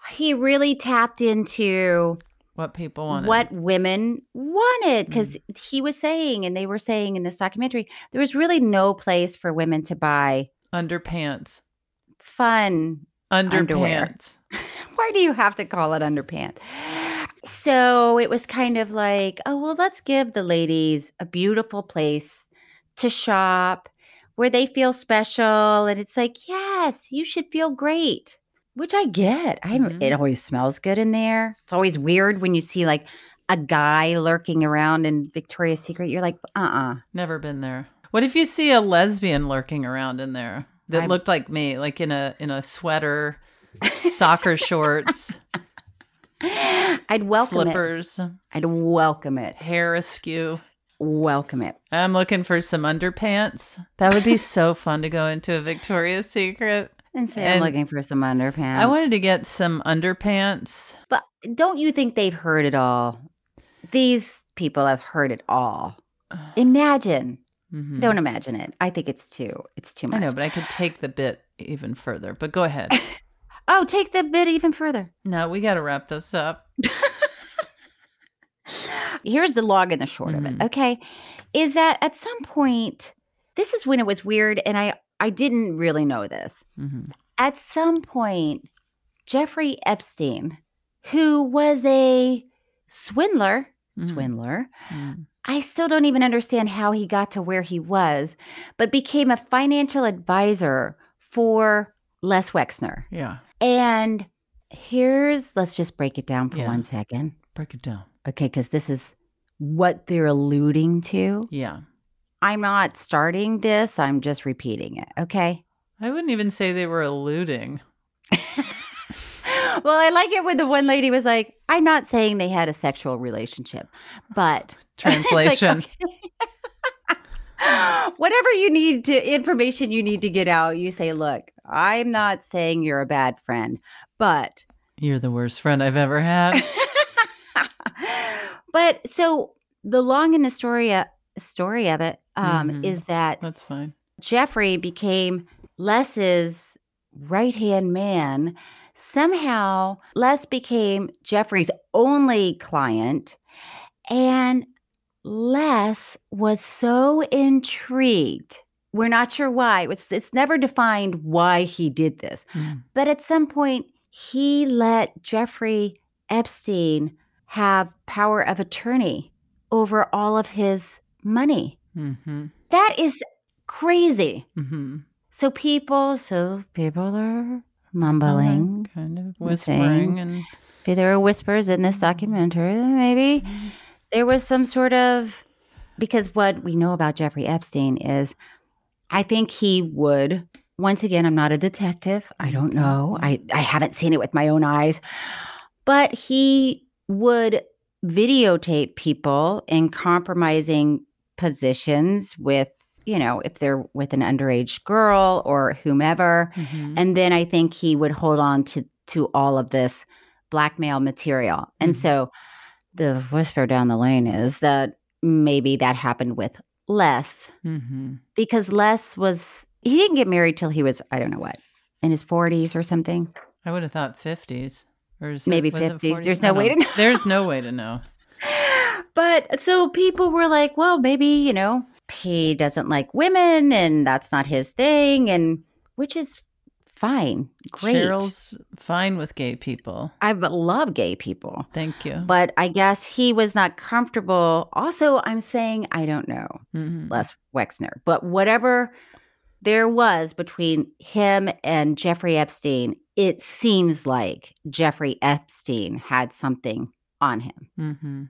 B: He really tapped into
A: What people wanted.
B: what women wanted because he was saying, and they were saying in this documentary, there was really no place for women to buy
A: Underpants.
B: fun underwear.
A: Underpants.
B: Why do you have to call it underpants? So it was kind of like, oh, well, let's give the ladies a beautiful place to shop where they feel special. And it's like, yes, you should feel great, which I get. I'm,
A: Mm-hmm.
B: It always smells good in there. It's always weird when you see like a guy lurking around in Victoria's Secret. You're like, uh uh
A: Never been there. What if you see a lesbian lurking around in there that
B: I'm-
A: looked like me, like in a in a sweater, soccer shorts,
B: I'd welcome
A: slippers,
B: it. I'd welcome it.
A: hair askew?
B: Welcome it.
A: I'm looking for some underpants. That would be so fun to go into a Victoria's Secret.
B: And say, I'm looking for some underpants.
A: I wanted to get some underpants.
B: But don't you think they've heard it all? These people have heard it all. Imagine.
A: Mhm.
B: Don't imagine it. I think it's too it's too
A: I
B: much.
A: know, but I could take the bit even further. But go ahead.
B: Oh, take the bit even further.
A: no, we got to wrap this up.
B: Here's the long and the short
A: Mm-hmm.
B: of it. Okay. Is that at some point this is when it was weird and I I didn't really know this.
A: Mm-hmm.
B: At some point Jeffrey Epstein, who was a swindler,
A: Mm-hmm.
B: swindler, I still don't even understand how he got to where he was, but became a financial advisor for Les Wexner.
A: Yeah.
B: And here's, let's just break it down for
A: Yeah.
B: one second.
A: Break it down.
B: Okay, because this is what they're alluding to.
A: Yeah.
B: I'm not starting this, I'm just repeating it. Okay.
A: I wouldn't even say they were eluding.
B: Well, I like it when the one lady was like, I'm not saying they had a sexual relationship, but It's like,
A: Translation.
B: okay. Whatever you need to information you need to get out, you say, Look, I'm not saying you're a bad friend, but
A: You're the worst friend I've ever had.
B: but so the long and the story uh, story of it um,
A: Mhm.
B: is that
A: That's fine.
B: Jeffrey became Les's right hand man. Somehow, Les became Jeffrey's only client. And Les was so intrigued. We're not sure why. It's, it's never defined why he did this.
A: Mm.
B: But at some point, he let Jeffrey Epstein have power of attorney over all of his money.
A: Mm-hmm.
B: That is crazy.
A: Mm-hmm.
B: So people, so people are mumbling.
A: Kind of
B: I'm
A: whispering
B: saying-
A: and
B: There were whispers in this documentary. Maybe there was some sort of because what we know about Jeffrey Epstein is, I think he would. Once again, I'm not a detective. I don't know. I, I haven't seen it with my own eyes, but he would videotape people in compromising positions with, you know, if they're with an underage girl or whomever.
A: Mhm.
B: And then I think he would hold on to to all of this blackmail material. And so the whisper down the lane is that maybe that happened with Les
A: Mm-hmm.
B: because Les was he didn't get married till he was I don't know what in his 40s or something.
A: I would have thought 50s or is
B: Maybe
A: it, was it
B: 50s.
A: 40s?
B: There's
A: I
B: no way
A: don't-
B: to know.
A: There's no way to know.
B: But so people were like, well, maybe, you know, he doesn't like women and that's not his thing and which is fine. Great.
A: Cheryl's fine with gay people.
B: I b- love gay people.
A: Thank you.
B: But I guess he was not comfortable. Also, I'm saying I don't know
A: Mhm.
B: Les Wexner, but whatever there was between him and Jeffrey Epstein, it seems like Jeffrey Epstein had something on him.
A: Mm-hmm.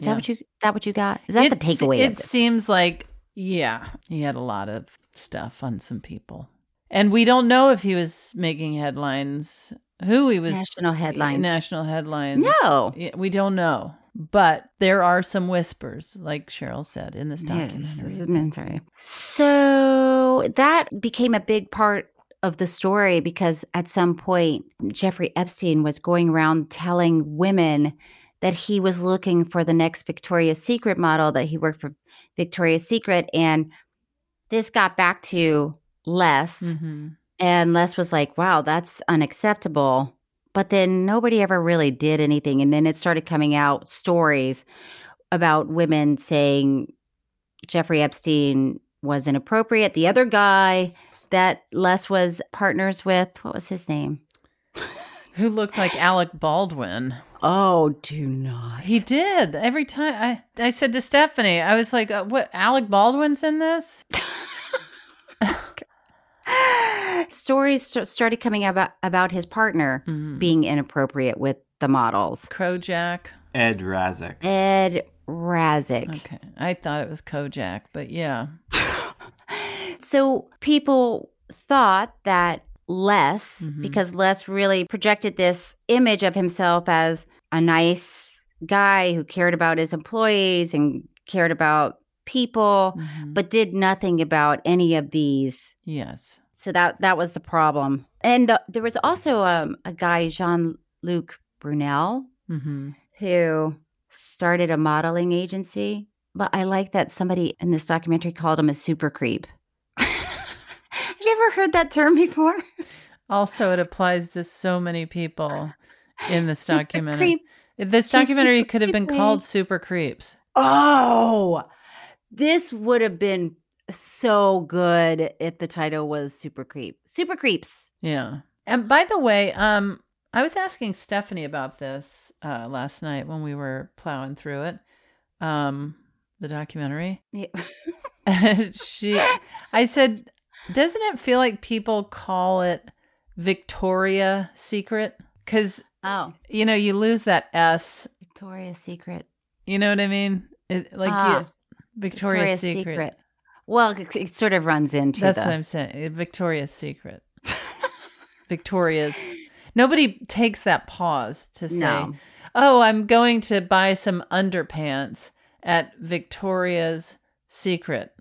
B: Is
A: Yeah.
B: that what you? Is that what you got? Is that the
A: It's-
B: takeaway?
A: It
B: of this?
A: seems like, yeah, he had a lot of stuff on some people. And we don't know if he was making headlines, who he was. eh,
B: National headlines.
A: National headlines.
B: No.
A: Yeah, We don't know. But there are some whispers, like Cheryl said in this
B: Yes,
A: documentary.
B: documentary. So that became a big part of the story because at some point, Jeffrey Epstein was going around telling women that he was looking for the next Victoria's Secret model, that he worked for Victoria's Secret. And this got back to Les.
A: Mm-hmm.
B: And Les was like, wow, that's unacceptable. But then nobody ever really did anything. And then it started coming out stories about women saying Jeffrey Epstein was inappropriate. The other guy that Les was partners with, what was his name?
A: Who looked like Alec Baldwin.
B: Oh, do not.
A: He did every time. I I said to Stephanie, I was like, uh, "What? Alec Baldwin's in this?"
B: Stories st- started coming about, about his partner being inappropriate with the models.
A: Kojak.
I: Ed Razek.
B: Ed Razik.
A: Okay, I thought it was Kojak, but yeah,
B: So people thought that Les, because Les really projected this image of himself as a nice guy who cared about his employees and cared about people,
A: Mm-hmm.
B: but did nothing about any of these.
A: yes,
B: So that that was the problem. And the, there was also um, a guy, Jean Luc Brunel,
A: mm-hmm.
B: who started a modeling agency. But I like that somebody in this documentary called him a super creep. Have you ever heard that term before?
A: Also, it applies to so many people in this
B: Super
A: documentary.
B: creep.
A: This
B: She's
A: documentary
B: super
A: could have been
B: creepy.
A: called "Super Creeps."
B: Oh, this would have been so good if the title was Super Creep. Super Creeps.
A: Yeah. And by the way, um, I was asking Stephanie about this uh, last night when we were plowing through it, um, the documentary.
B: Yeah.
A: she, I said, doesn't it feel like people call it Victoria Secret? Because
B: Oh,
A: you know you lose that S.
B: Victoria's Secret.
A: You know what I mean? It, like
B: Ah,
A: you- Victoria's, Secret.
B: Well, it, it sort of runs into
A: That's
B: the-
A: what I'm saying. Uh, Victoria's Secret. Victoria's. Nobody takes that pause to say,
B: No.
A: "Oh, I'm going to buy some underpants at Victoria's Secret."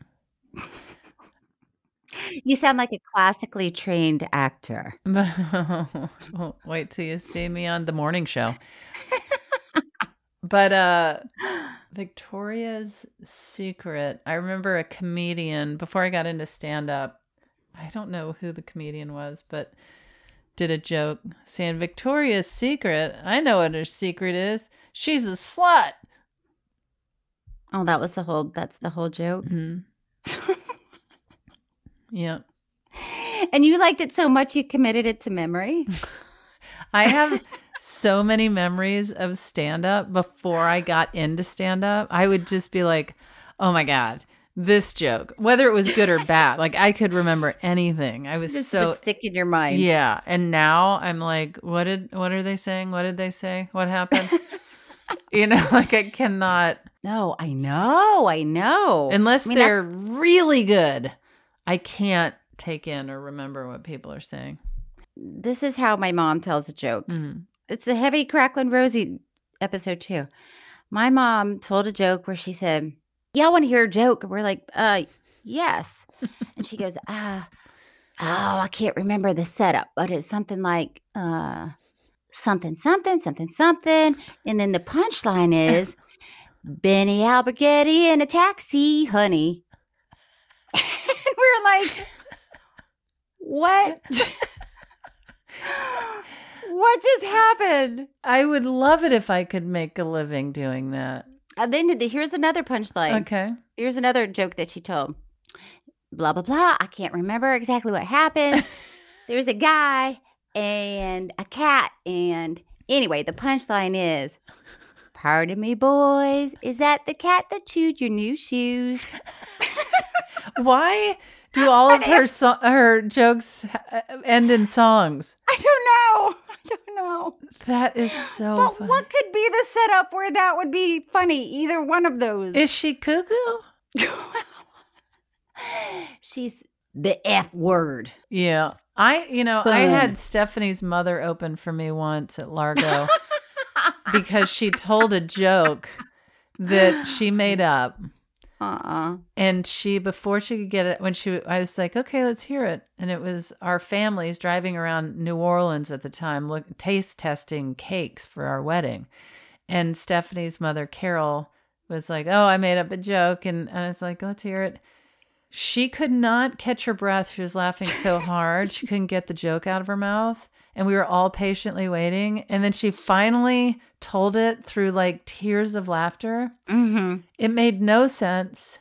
B: You sound like a classically trained actor.
A: Wait till you see me on the morning show. but uh Victoria's Secret. I remember a comedian before I got into stand up. I don't know who the comedian was, but did a joke saying Victoria's Secret. I know what her secret is. She's a slut.
B: Oh, that was the whole. That's the whole joke.
A: Yeah.
B: And you liked it so much, you committed it to memory.
A: I have so many memories of stand up before I got into stand up. I would just be like, oh my God, this joke, whether it was good or bad, like I could remember anything. I was
B: Just
A: so
B: would stick in your mind.
A: Yeah. And now I'm like, what did what are they saying? What did they say? What happened? you know, like I cannot
B: No, I know, I know.
A: unless
B: I mean,
A: they're
B: that's-
A: really good, I can't take in or remember what people are saying. Mm-hmm.
B: this is how my mom tells a joke. It's the heavy crackling Rosie episode two. My mom told a joke where she said, "Y'all want to hear a joke?" And we're like, "Uh, yes." and she goes, "Ah, oh, I can't remember the setup, but it's something like uh, something, something, something, something." And then the punchline is, "Benny Alberghetti in a taxi, honey." we're like, "What?" What just happened?
A: I would love it if I could make a living doing that.
B: And then here's another punchline.
A: Okay.
B: Here's another joke that she told. Blah blah blah. I can't remember exactly what happened. There's a guy and a cat and anyway, the punchline is Pardon me, boys. Is that the cat that chewed your new shoes?
A: Why do all of her so- her jokes uh, end in songs?
B: I don't know. I don't know.
A: That is so.
B: but
A: funny.
B: what could be the setup where that would be funny? Either one of those.
A: is she cuckoo?
B: She's the F word.
A: Yeah, I you know I
B: Fun.
A: had Stephanie's mother open for me once at Largo because she told a joke that she made up.
B: Uh-uh.
A: And she, before she could get it, when she, I was like, okay, let's hear it. And it was our families driving around New Orleans at the time, look, taste testing cakes for our wedding. And Stephanie's mother, Carol, was like, oh, I made up a joke. And, and it's like, let's hear it. She could not catch her breath. She was laughing so hard. she couldn't get the joke out of her mouth. And we were all patiently waiting. And then she finally told it through like tears of laughter.
B: Mm-hmm.
A: It made no sense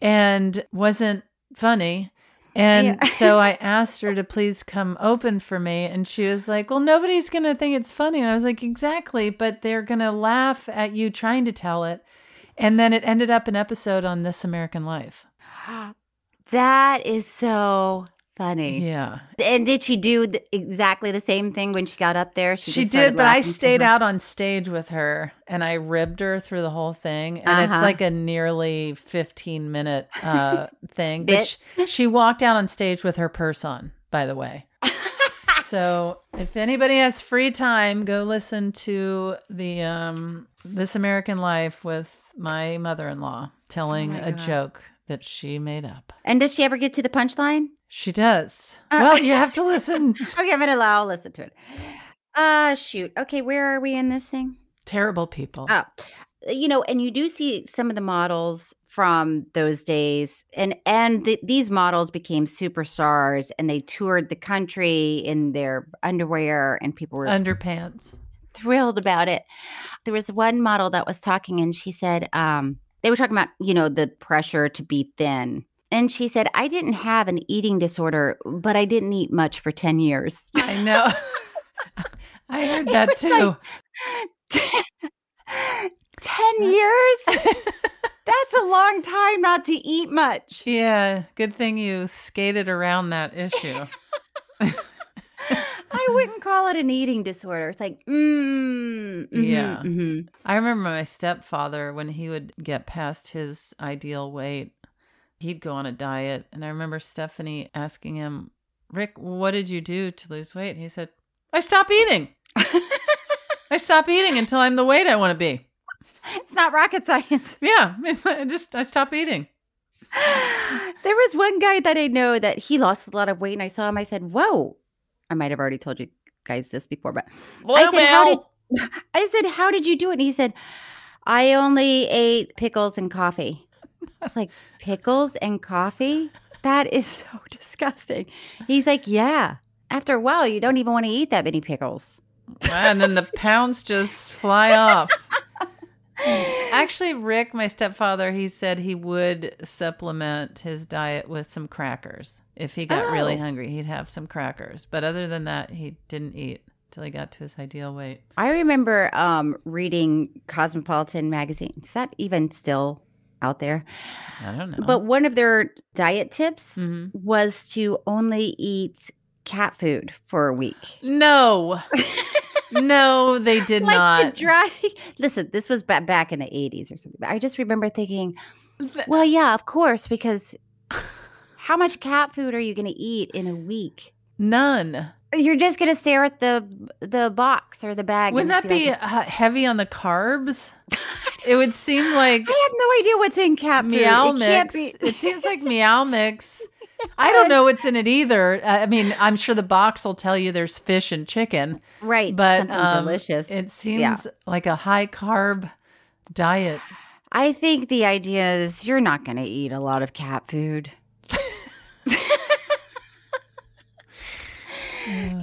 A: and wasn't funny. And
B: Yeah.
A: so I asked her to please come open for me. And she was like, Well, nobody's going to think it's funny. And I was like, Exactly. But they're going to laugh at you trying to tell it. And then it ended up an episode on This American Life.
B: That is so funny.
A: Yeah.
B: And did she do th- exactly the same thing when she got up there?
A: She
B: just started
A: did, but I
B: laughing so
A: stayed out
B: hard?
A: on stage with her and I ribbed her through the whole thing. And
B: Uh-huh.
A: it's like a nearly 15 minute uh, thing. But
B: Bit.
A: she, she walked out on stage with her purse on, by the way. so if anybody has free time, go listen to the um, This American Life with my mother in law telling
B: Oh my
A: a
B: God.
A: joke that she made up.
B: And does she ever get to the punchline?
A: She does.
B: Uh,
A: well, you have to listen.
B: Okay, I'm gonna allow. I'll listen to it. Uh, shoot. Okay, where are we in this thing?
A: Terrible people.
B: Oh, you know, and you do see some of the models from those days, and and th- these models became superstars, and they toured the country in their underwear, and people were
A: Underpants.
B: thrilled about it. There was one model that was talking, and she said, um, they were talking about, you know, the pressure to be thin. And she said, I didn't have an eating disorder, but I didn't eat much for 10 years.
A: I know. I heard that too.
B: 10 years? That's a long time not to eat much.
A: Yeah, good thing you skated around that issue.
B: I wouldn't call it an eating disorder. It's like, mm, mhm,
A: Yeah.
B: mhm.
A: I remember my stepfather when he would get past his ideal weight, He'd go on a diet. And I remember Stephanie asking him, Rick, what did you do to lose weight? He said, I stop eating. I stop eating until I'm the weight I want to be.
B: It's not rocket science.
A: Yeah. It's, I just, I stop eating.
B: There was one guy that I know that he lost a lot of weight, and I saw him. I said, "Whoa!" I might have already told you guys this before, but I said, "How did?" I said, "How did you do it?" And he said, "I only ate pickles and coffee." I was like, "Pickles and coffee? That is so disgusting." He's like, "Yeah." After a while, you don't even want to eat that many pickles.
A: and then the pounds just fly off. Actually, Rick, my stepfather, he said he would supplement his diet with some crackers. If he got really
B: Oh.
A: hungry, he'd have some crackers. But other than that, he didn't eat till he got to his ideal weight.
B: I remember um, reading Cosmopolitan magazine. Is that even still out there?
A: I don't know.
B: But one of their diet tips
A: Mhm.
B: was to only eat cat food for a week.
A: no. no, they did
B: like
A: not.
B: the dry. Listen, this was ba- back in the 80s or something. But I just remember thinking, well, yeah, of course, because how much cat food are you going to eat in a week?
A: None.
B: You're just going to stare at the the box or the bag.
A: Wouldn't
B: and
A: that
B: just
A: be
B: like,
A: uh, heavy on the carbs? it would seem like
B: I have no idea what's in cat food.
A: meow
B: It
A: mix.
B: can't be-
A: it seems like meow mix. I don't know what's in it either. Uh, I mean, I'm sure the box will tell you there's fish and chicken,
B: right,
A: but
B: something
A: um,
B: delicious.
A: It seems like a high carb diet.
B: I think the idea is you're not going to eat a lot of cat food.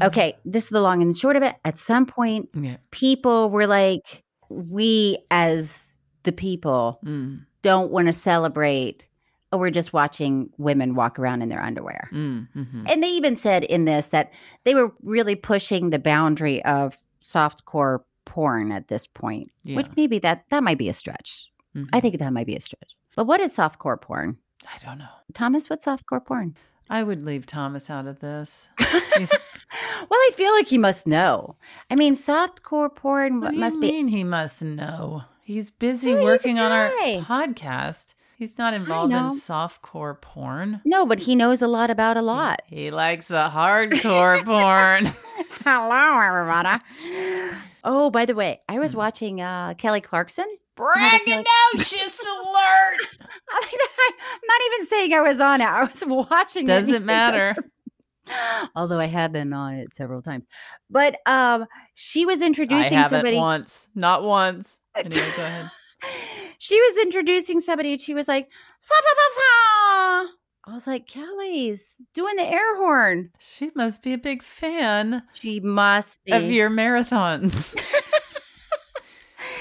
B: okay, this is the long and the short of it. At some point,
A: Yeah.
B: people were like, we as the people
A: Mm,
B: don't want to celebrate. Oh, we're just watching women walk around in their underwear.
A: mm, mhm.
B: And they even said in this that they were really pushing the boundary of softcore porn at this point, which
A: Yeah.
B: maybe that that might be a stretch.
A: Mhm.
B: I think that might be a stretch. But what is softcore porn?
A: I don't know.
B: Thomas, what's softcore porn?
A: I would leave Thomas out of this.
B: Well, I feel like he must know. I mean, softcore porn
A: What do
B: must
A: you
B: be
A: mean he must know? He's busy
B: No, he's a
A: working on our
B: guy.
A: podcast. He's not involved in
B: know.
A: softcore porn.
B: No, but he knows a lot about a lot.
A: He likes the hardcore porn.
B: Hello, everybody. Oh, by the way, I
A: Hmm.
B: was watching uh, Kelly Clarkson.
A: Braggadocious alert!
B: I'm not even saying I was on it. I was watching. it.
A: Doesn't matter.
B: Although I have been on it several times, but um, she was
A: I
B: introducing
A: haven't
B: somebody.
A: once, not once. Anyway, go ahead.
B: She was introducing somebody, and she was like, "Fa, fa, fa, fa." I was like, Kelly's doing the air horn.
A: She must be a big fan
B: She must be.
A: of your marathons.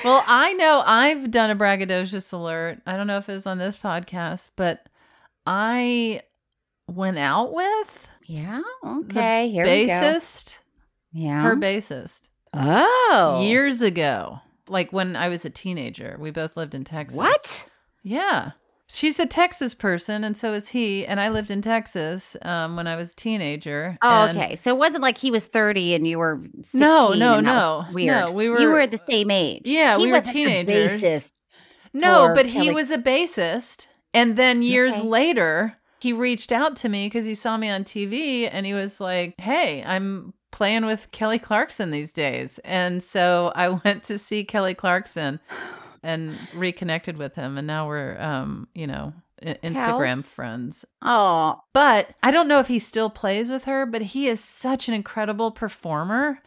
A: well, I know I've done a braggadocious alert. I don't know if it was on this podcast, but I went out with
B: yeah.
A: the
B: Okay. Here we go.
A: bassist,
B: Yeah.
A: her bassist,
B: oh.
A: years ago. Like when I was a teenager, we both lived in Texas.
B: What?
A: Yeah. She's a Texas person, and so is he. And I lived in Texas um, when I was a teenager.
B: Oh,
A: and-
B: okay. So it wasn't like he was 30 and you were 16.
A: No, no,
B: and that was
A: no.
B: Weird.
A: No, we
B: You
A: were-
B: were the same age.
A: Yeah,
B: He
A: we were
B: wasn't the
A: teenagers.
B: bassist.
A: No,
B: for
A: but he
B: Kelly-
A: was a bassist. And then years
B: Okay.
A: later, he reached out to me because he saw me on TV and he was like, Hey, I'm playing with Kelly Clarkson these days. And so I went to see Kelly Clarkson and reconnected with him. And now we're, um, you know, I- Instagram
B: Pals?
A: friends.
B: Oh,
A: But I don't know if he still plays with her, but he is such an incredible performer.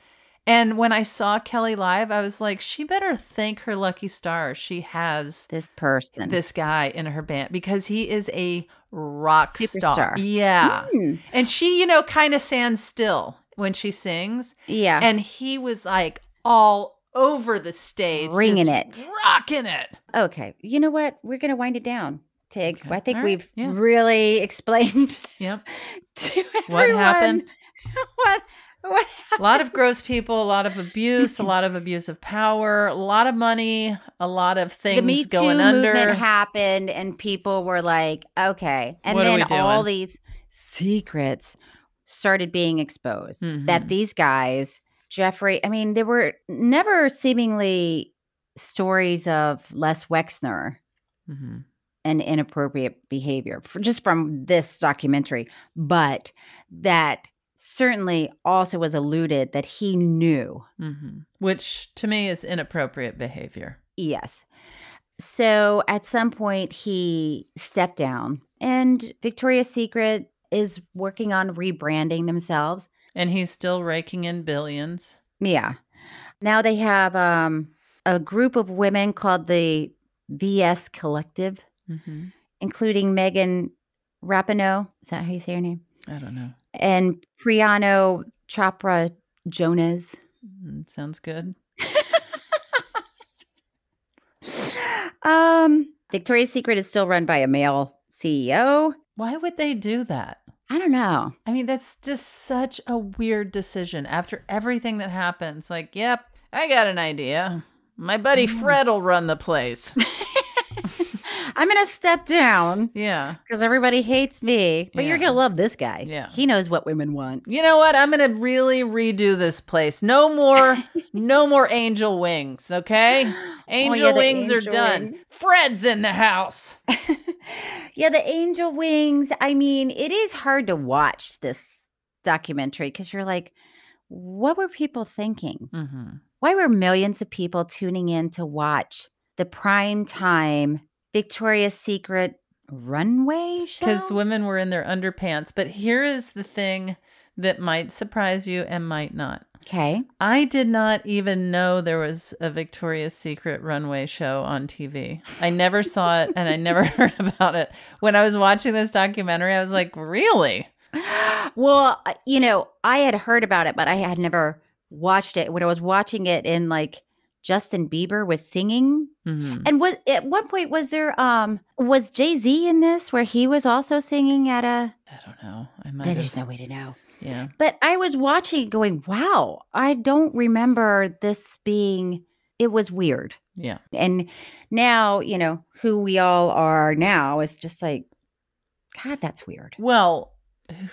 A: And when I saw Kelly live, I was like, she better thank her lucky stars. She has
B: this person.
A: this guy in her band because he is a rock star.
B: Superstar.
A: Yeah.
B: Hmm.
A: And she, you know, kind of stands still when she sings.
B: Yeah.
A: And he was like all over the stage,
B: Bringing
A: just
B: it.
A: rocking it.
B: okay. You know what? We're going to wind it down, Tig.
A: Okay.
B: I think
A: All right.
B: we've
A: Yeah.
B: really explained
A: Yep.
B: to
A: What happened?
B: everyone What, what
A: A lot of gross people, a lot of abuse, a lot of abuse of power, a lot of money, a lot of things
B: the Me Too
A: going
B: movement
A: under.
B: happened, and people were like, okay. And
A: What are
B: then
A: we
B: all
A: doing?
B: these secrets started being exposed that
A: Mhm.
B: these guys, Jeffrey, I mean, there were never seemingly stories of Les Wexner
A: Mhm.
B: an inappropriate behavior f- just from this documentary, but that certainly also was alluded that he knew.
A: Mm-hmm. Which to me is inappropriate behavior.
B: Yes. So at some point, he stepped down, and Victoria's Secret is working on rebranding themselves.
A: And he's still raking in billions.
B: Yeah. Now they have um, a group of women called the VS Collective,
A: Mm-hmm.
B: including Megan Rapinoe. Is that how you say her name?
A: I don't know.
B: And Priyano Chopra Jonas.
A: Mm, Sounds good.
B: Um, Victoria's Secret is still run by a male CEO.
A: Why would they do that?
B: I don't know.
A: I mean, that's just such a weird decision after everything that happens. Like, yep, I got an idea. My buddy
B: Mm.
A: Fred will run the place.
B: I'm going to step down
A: yeah.
B: because everybody hates me, but you're
A: Yeah.
B: going to love this guy.
A: Yeah.
B: He knows what women want.
A: You know what? I'm going to really redo this place. No more no more angel wings, okay? Angel
B: Oh, yeah, the
A: wings are
B: angel
A: done.
B: wings.
A: Fred's in the house.
B: Yeah, the angel wings. I mean, it is hard to watch this documentary because you're like, what were people thinking?
A: Mm-hmm.
B: Why were millions of people tuning in to watch the prime time Victoria's Secret runway show?
A: because women were in their underpants. But here is the thing that might surprise you and might not.
B: okay,
A: I did not even know there was a Victoria's Secret runway show on TV. I never saw it and I never heard about it. When I was watching this documentary, I was like, really?
B: well, I- you know, I had heard about it, but I had never watched it. When I was watching it, in like Justin Bieber was singing,
A: Mhm.
B: and was at one point was there um was Jay Z in this where he was also singing at a?
A: I don't know. I might.
B: Then
A: have-
B: there's no way to know.
A: Yeah.
B: But I was watching, going, wow, I don't remember this being. It was weird.
A: Yeah.
B: And now, you know, who we all are now is just like, God, that's weird.
A: Well,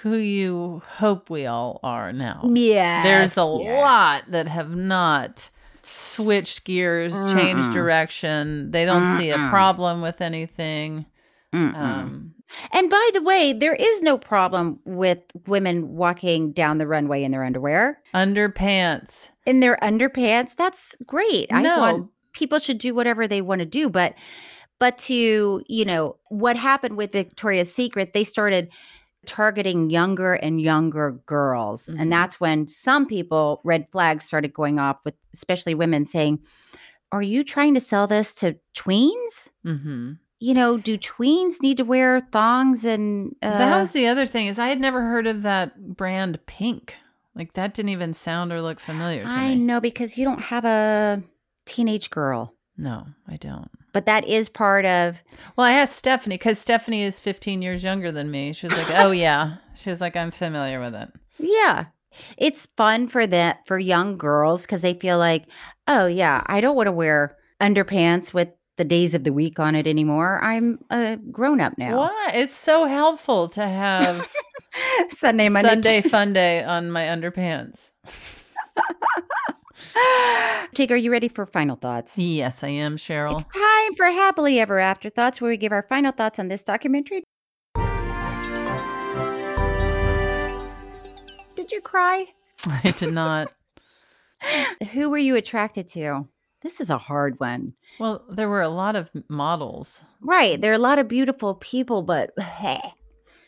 A: who you hope we all are now.
B: Yeah.
A: There's a lot that have not switched gears, changed
B: Mm-mm.
A: direction. They don't see a
B: Mm-mm.
A: problem with anything. Um,
B: and by the way, there is no problem with women walking down the runway in their underwear,
A: underpants.
B: in their underpants. That's great. I
A: No.
B: want people should do whatever they want to do, but but to, you know, what happened with Victoria's Secret, they started targeting younger and younger girls.
A: Mhm.
B: And that's when some people red flags started going off with especially women saying, "Are you trying to sell this to tweens?"
A: Mm-hmm.
B: you know, do tweens need to wear thongs and uh,
A: that was the other thing is I had never heard of that brand Pink. Like that didn't even sound or look familiar to
B: I
A: me.
B: know because you don't have a teenage girl,
A: No, I don't.
B: but that is part of
A: Well, I asked Stephanie because Stephanie is 15 years younger than me. She was like, "Oh yeah." She was like, "I'm familiar with it."
B: yeah. It's fun for that for young girls because they feel like, oh yeah, I don't want to wear underpants with the days of the week on it anymore. I'm a grown up now.
A: Why? It's so helpful to have
B: Sunday, Monday,
A: Sunday fun day on my underpants.
B: Jake, are you ready for final thoughts?
A: Yes, I am, Cheryl.
B: It's time for happily ever after thoughts, where we give our final thoughts on this documentary. Did you cry?
A: I did not.
B: Who were you attracted to? This is a hard one.
A: Well, there were a lot of models.
B: Right. There are a lot of beautiful people, but but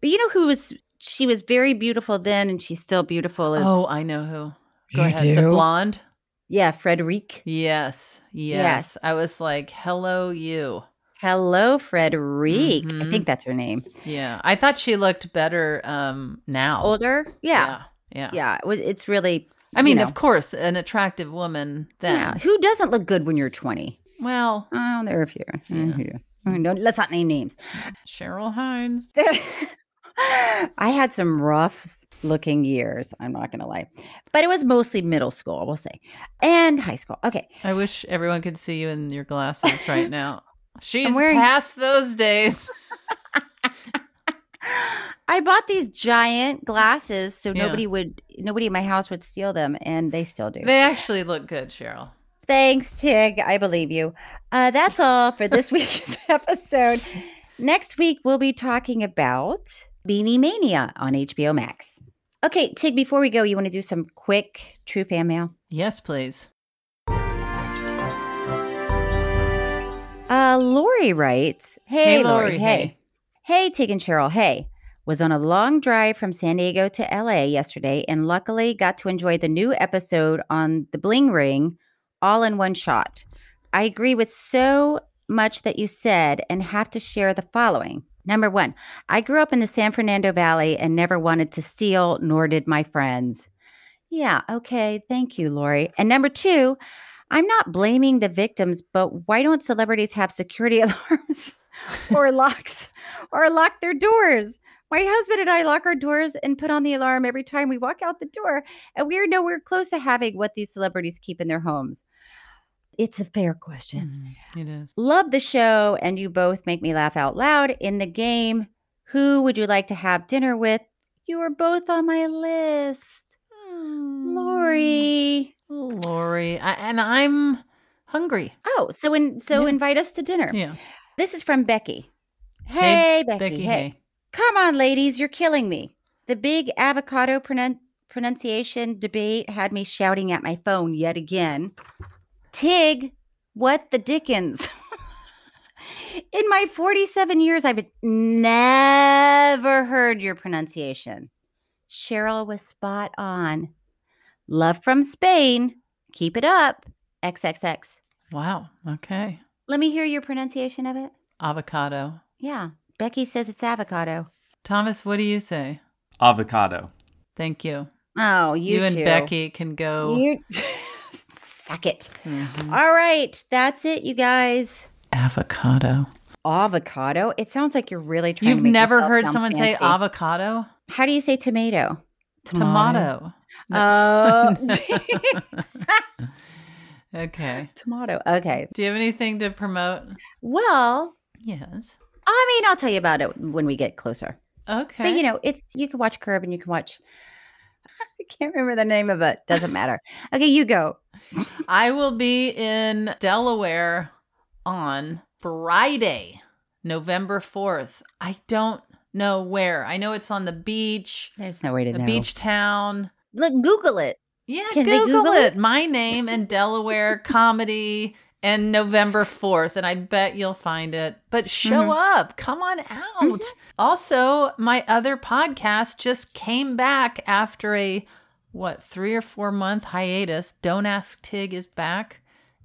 B: you know who was she was very beautiful then and she's still beautiful as
A: Oh, I know who. Go
B: You
A: ahead. The
B: do?
A: blonde.
B: yeah, Frederic.
A: Yes, yes.
B: Yes.
A: I was like, hello, you.
B: Hello, Frederic. I
A: Mhm.
B: think that's her name.
A: Yeah. I thought she looked better um now.
B: Older? Yeah.
A: Yeah.
B: Yeah. it was- it's really
A: I mean,
B: you
A: of
B: know,
A: course, an attractive woman then.
B: yeah. Who doesn't look good when you're 20?
A: Well,
B: Oh, there are a few. Yeah. Don't, let's not name names.
A: Cheryl Hines.
B: I had some rough looking years. I'm not going to lie. But it was mostly middle school, we'll say, and high school. Okay.
A: I wish everyone could see you in your glasses right now. She's
B: wearing-
A: past those days.
B: I bought these giant glasses so
A: Yeah.
B: nobody would, nobody in my house would steal them, and they still do.
A: They actually look good, Cheryl.
B: Thanks, Tig. I believe you. Uh, that's all for this week's episode. Next week, we'll be talking about Beanie Mania on HBO Max. Okay, Tig, before we go, you want to do some quick true fan mail?
A: Yes, please.
B: Uh, Lori writes, Hey,
A: Hey,
B: Lori.
A: Lori,
B: Hey. Hey, Tig and Cheryl. Hey. Was on a long drive from San Diego to LA yesterday and luckily got to enjoy the new episode on the bling ring all in one shot. I agree with so much that you said and have to share the following. Number one, I grew up in the San Fernando Valley and never wanted to steal, nor did my friends. Yeah, okay. Thank you, Lori. And number two, I'm not blaming the victims, but why don't celebrities have security alarms or locks or lock their doors? My husband and I lock our doors and put on the alarm every time we walk out the door, and we are nowhere close to having what these celebrities keep in their homes. It's a fair question.
A: It is.
B: Love the show, and you both make me laugh out loud. In the game, who would you like to have dinner with? You are both on my list. Lori.
A: Lori. I, and I'm hungry.
B: Oh, so in,
A: Hmm.
B: so
A: Yeah.
B: invite us to dinner.
A: Yeah.
B: This is from Becky. Hey, Becky.
A: Becky,
B: hey.
A: hey.
B: Come on, ladies, you're killing me. The big avocado pronun- pronunciation debate had me shouting at my phone yet again. Tig, what the dickens? In my 47 years, I've never heard your pronunciation. Cheryl was spot on. Love from Spain. Keep it up. XXX.
A: Wow. Okay.
B: Let me hear your pronunciation of it.
A: Avocado.
B: Yeah. Becky says it's avocado.
A: Thomas, what do you say?
I: Avocado.
A: Thank you.
B: Oh, you,
A: and
B: two.
A: Becky can go.
B: You suck it. All right. That's it, you guys.
A: Avocado.
B: Avocado. It sounds like you're really trying
A: You've
B: to make
A: never
B: yourself
A: heard
B: sound
A: someone say
B: fancy.
A: avocado?
B: How do you say tomato?
A: Tomato.
B: Oh.
A: Okay.
B: tomato. Okay.
A: Do you have anything to promote?
B: Well,
A: Yes.
B: I mean, I'll tell you about it when we get closer.
A: Okay.
B: But you know, it's you can watch Curb and you can watch I can't remember the name of it. Doesn't matter. Okay, you go.
A: I will be in Delaware on Friday, November 4th. I don't know where. I know it's on the beach,
B: There's no way to
A: the
B: know.
A: beach town.
B: Look, Google it.
A: Yeah,
B: Can they
A: Google,
B: Google
A: it.
B: it?
A: My name and Delaware comedy and November 4th, and I bet you'll find it. But show
B: Mhm.
A: up, come on out.
B: Mm-hmm.
A: Also, my other podcast just came back after a what three or four month hiatus. Don't ask Tig is back,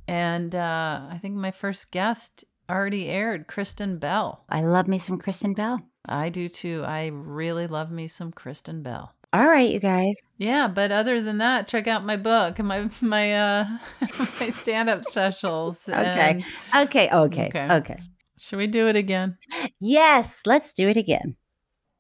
A: and uh, I think my first guest already aired, Kristen Bell.
B: I love me some Kristen Bell.
A: I do too. I really love me some Kristen Bell.
B: All right, you guys.
A: Yeah, but other than that, check out my book and my my uh my stand up specials.
B: Okay. Okay. Okay.
A: Okay.
B: Um, Okay.
A: Should we do it again?
B: Yes, let's do it again.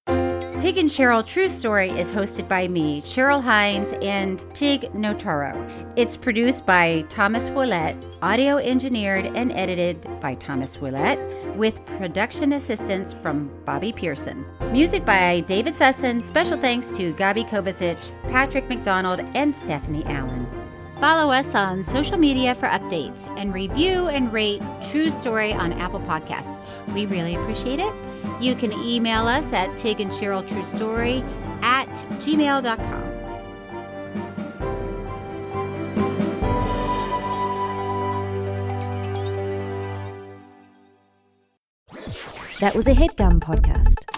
B: Tig and Cheryl True Story is hosted by me, Cheryl Hines, and Tig Notaro. It's produced by Thomas Willett, audio engineered and edited by Thomas Willett, with production assistance from Bobby Pearson. Music by David Sussin. Special thanks to Gabi Kovacic, Patrick McDonald, and Stephanie Allen. Follow us on social media for updates and review and rate True Story on Apple Podcasts. We really appreciate it. You can email us at Tig and Cheryl True Story at gmail.com.
L: That was a headgum podcast.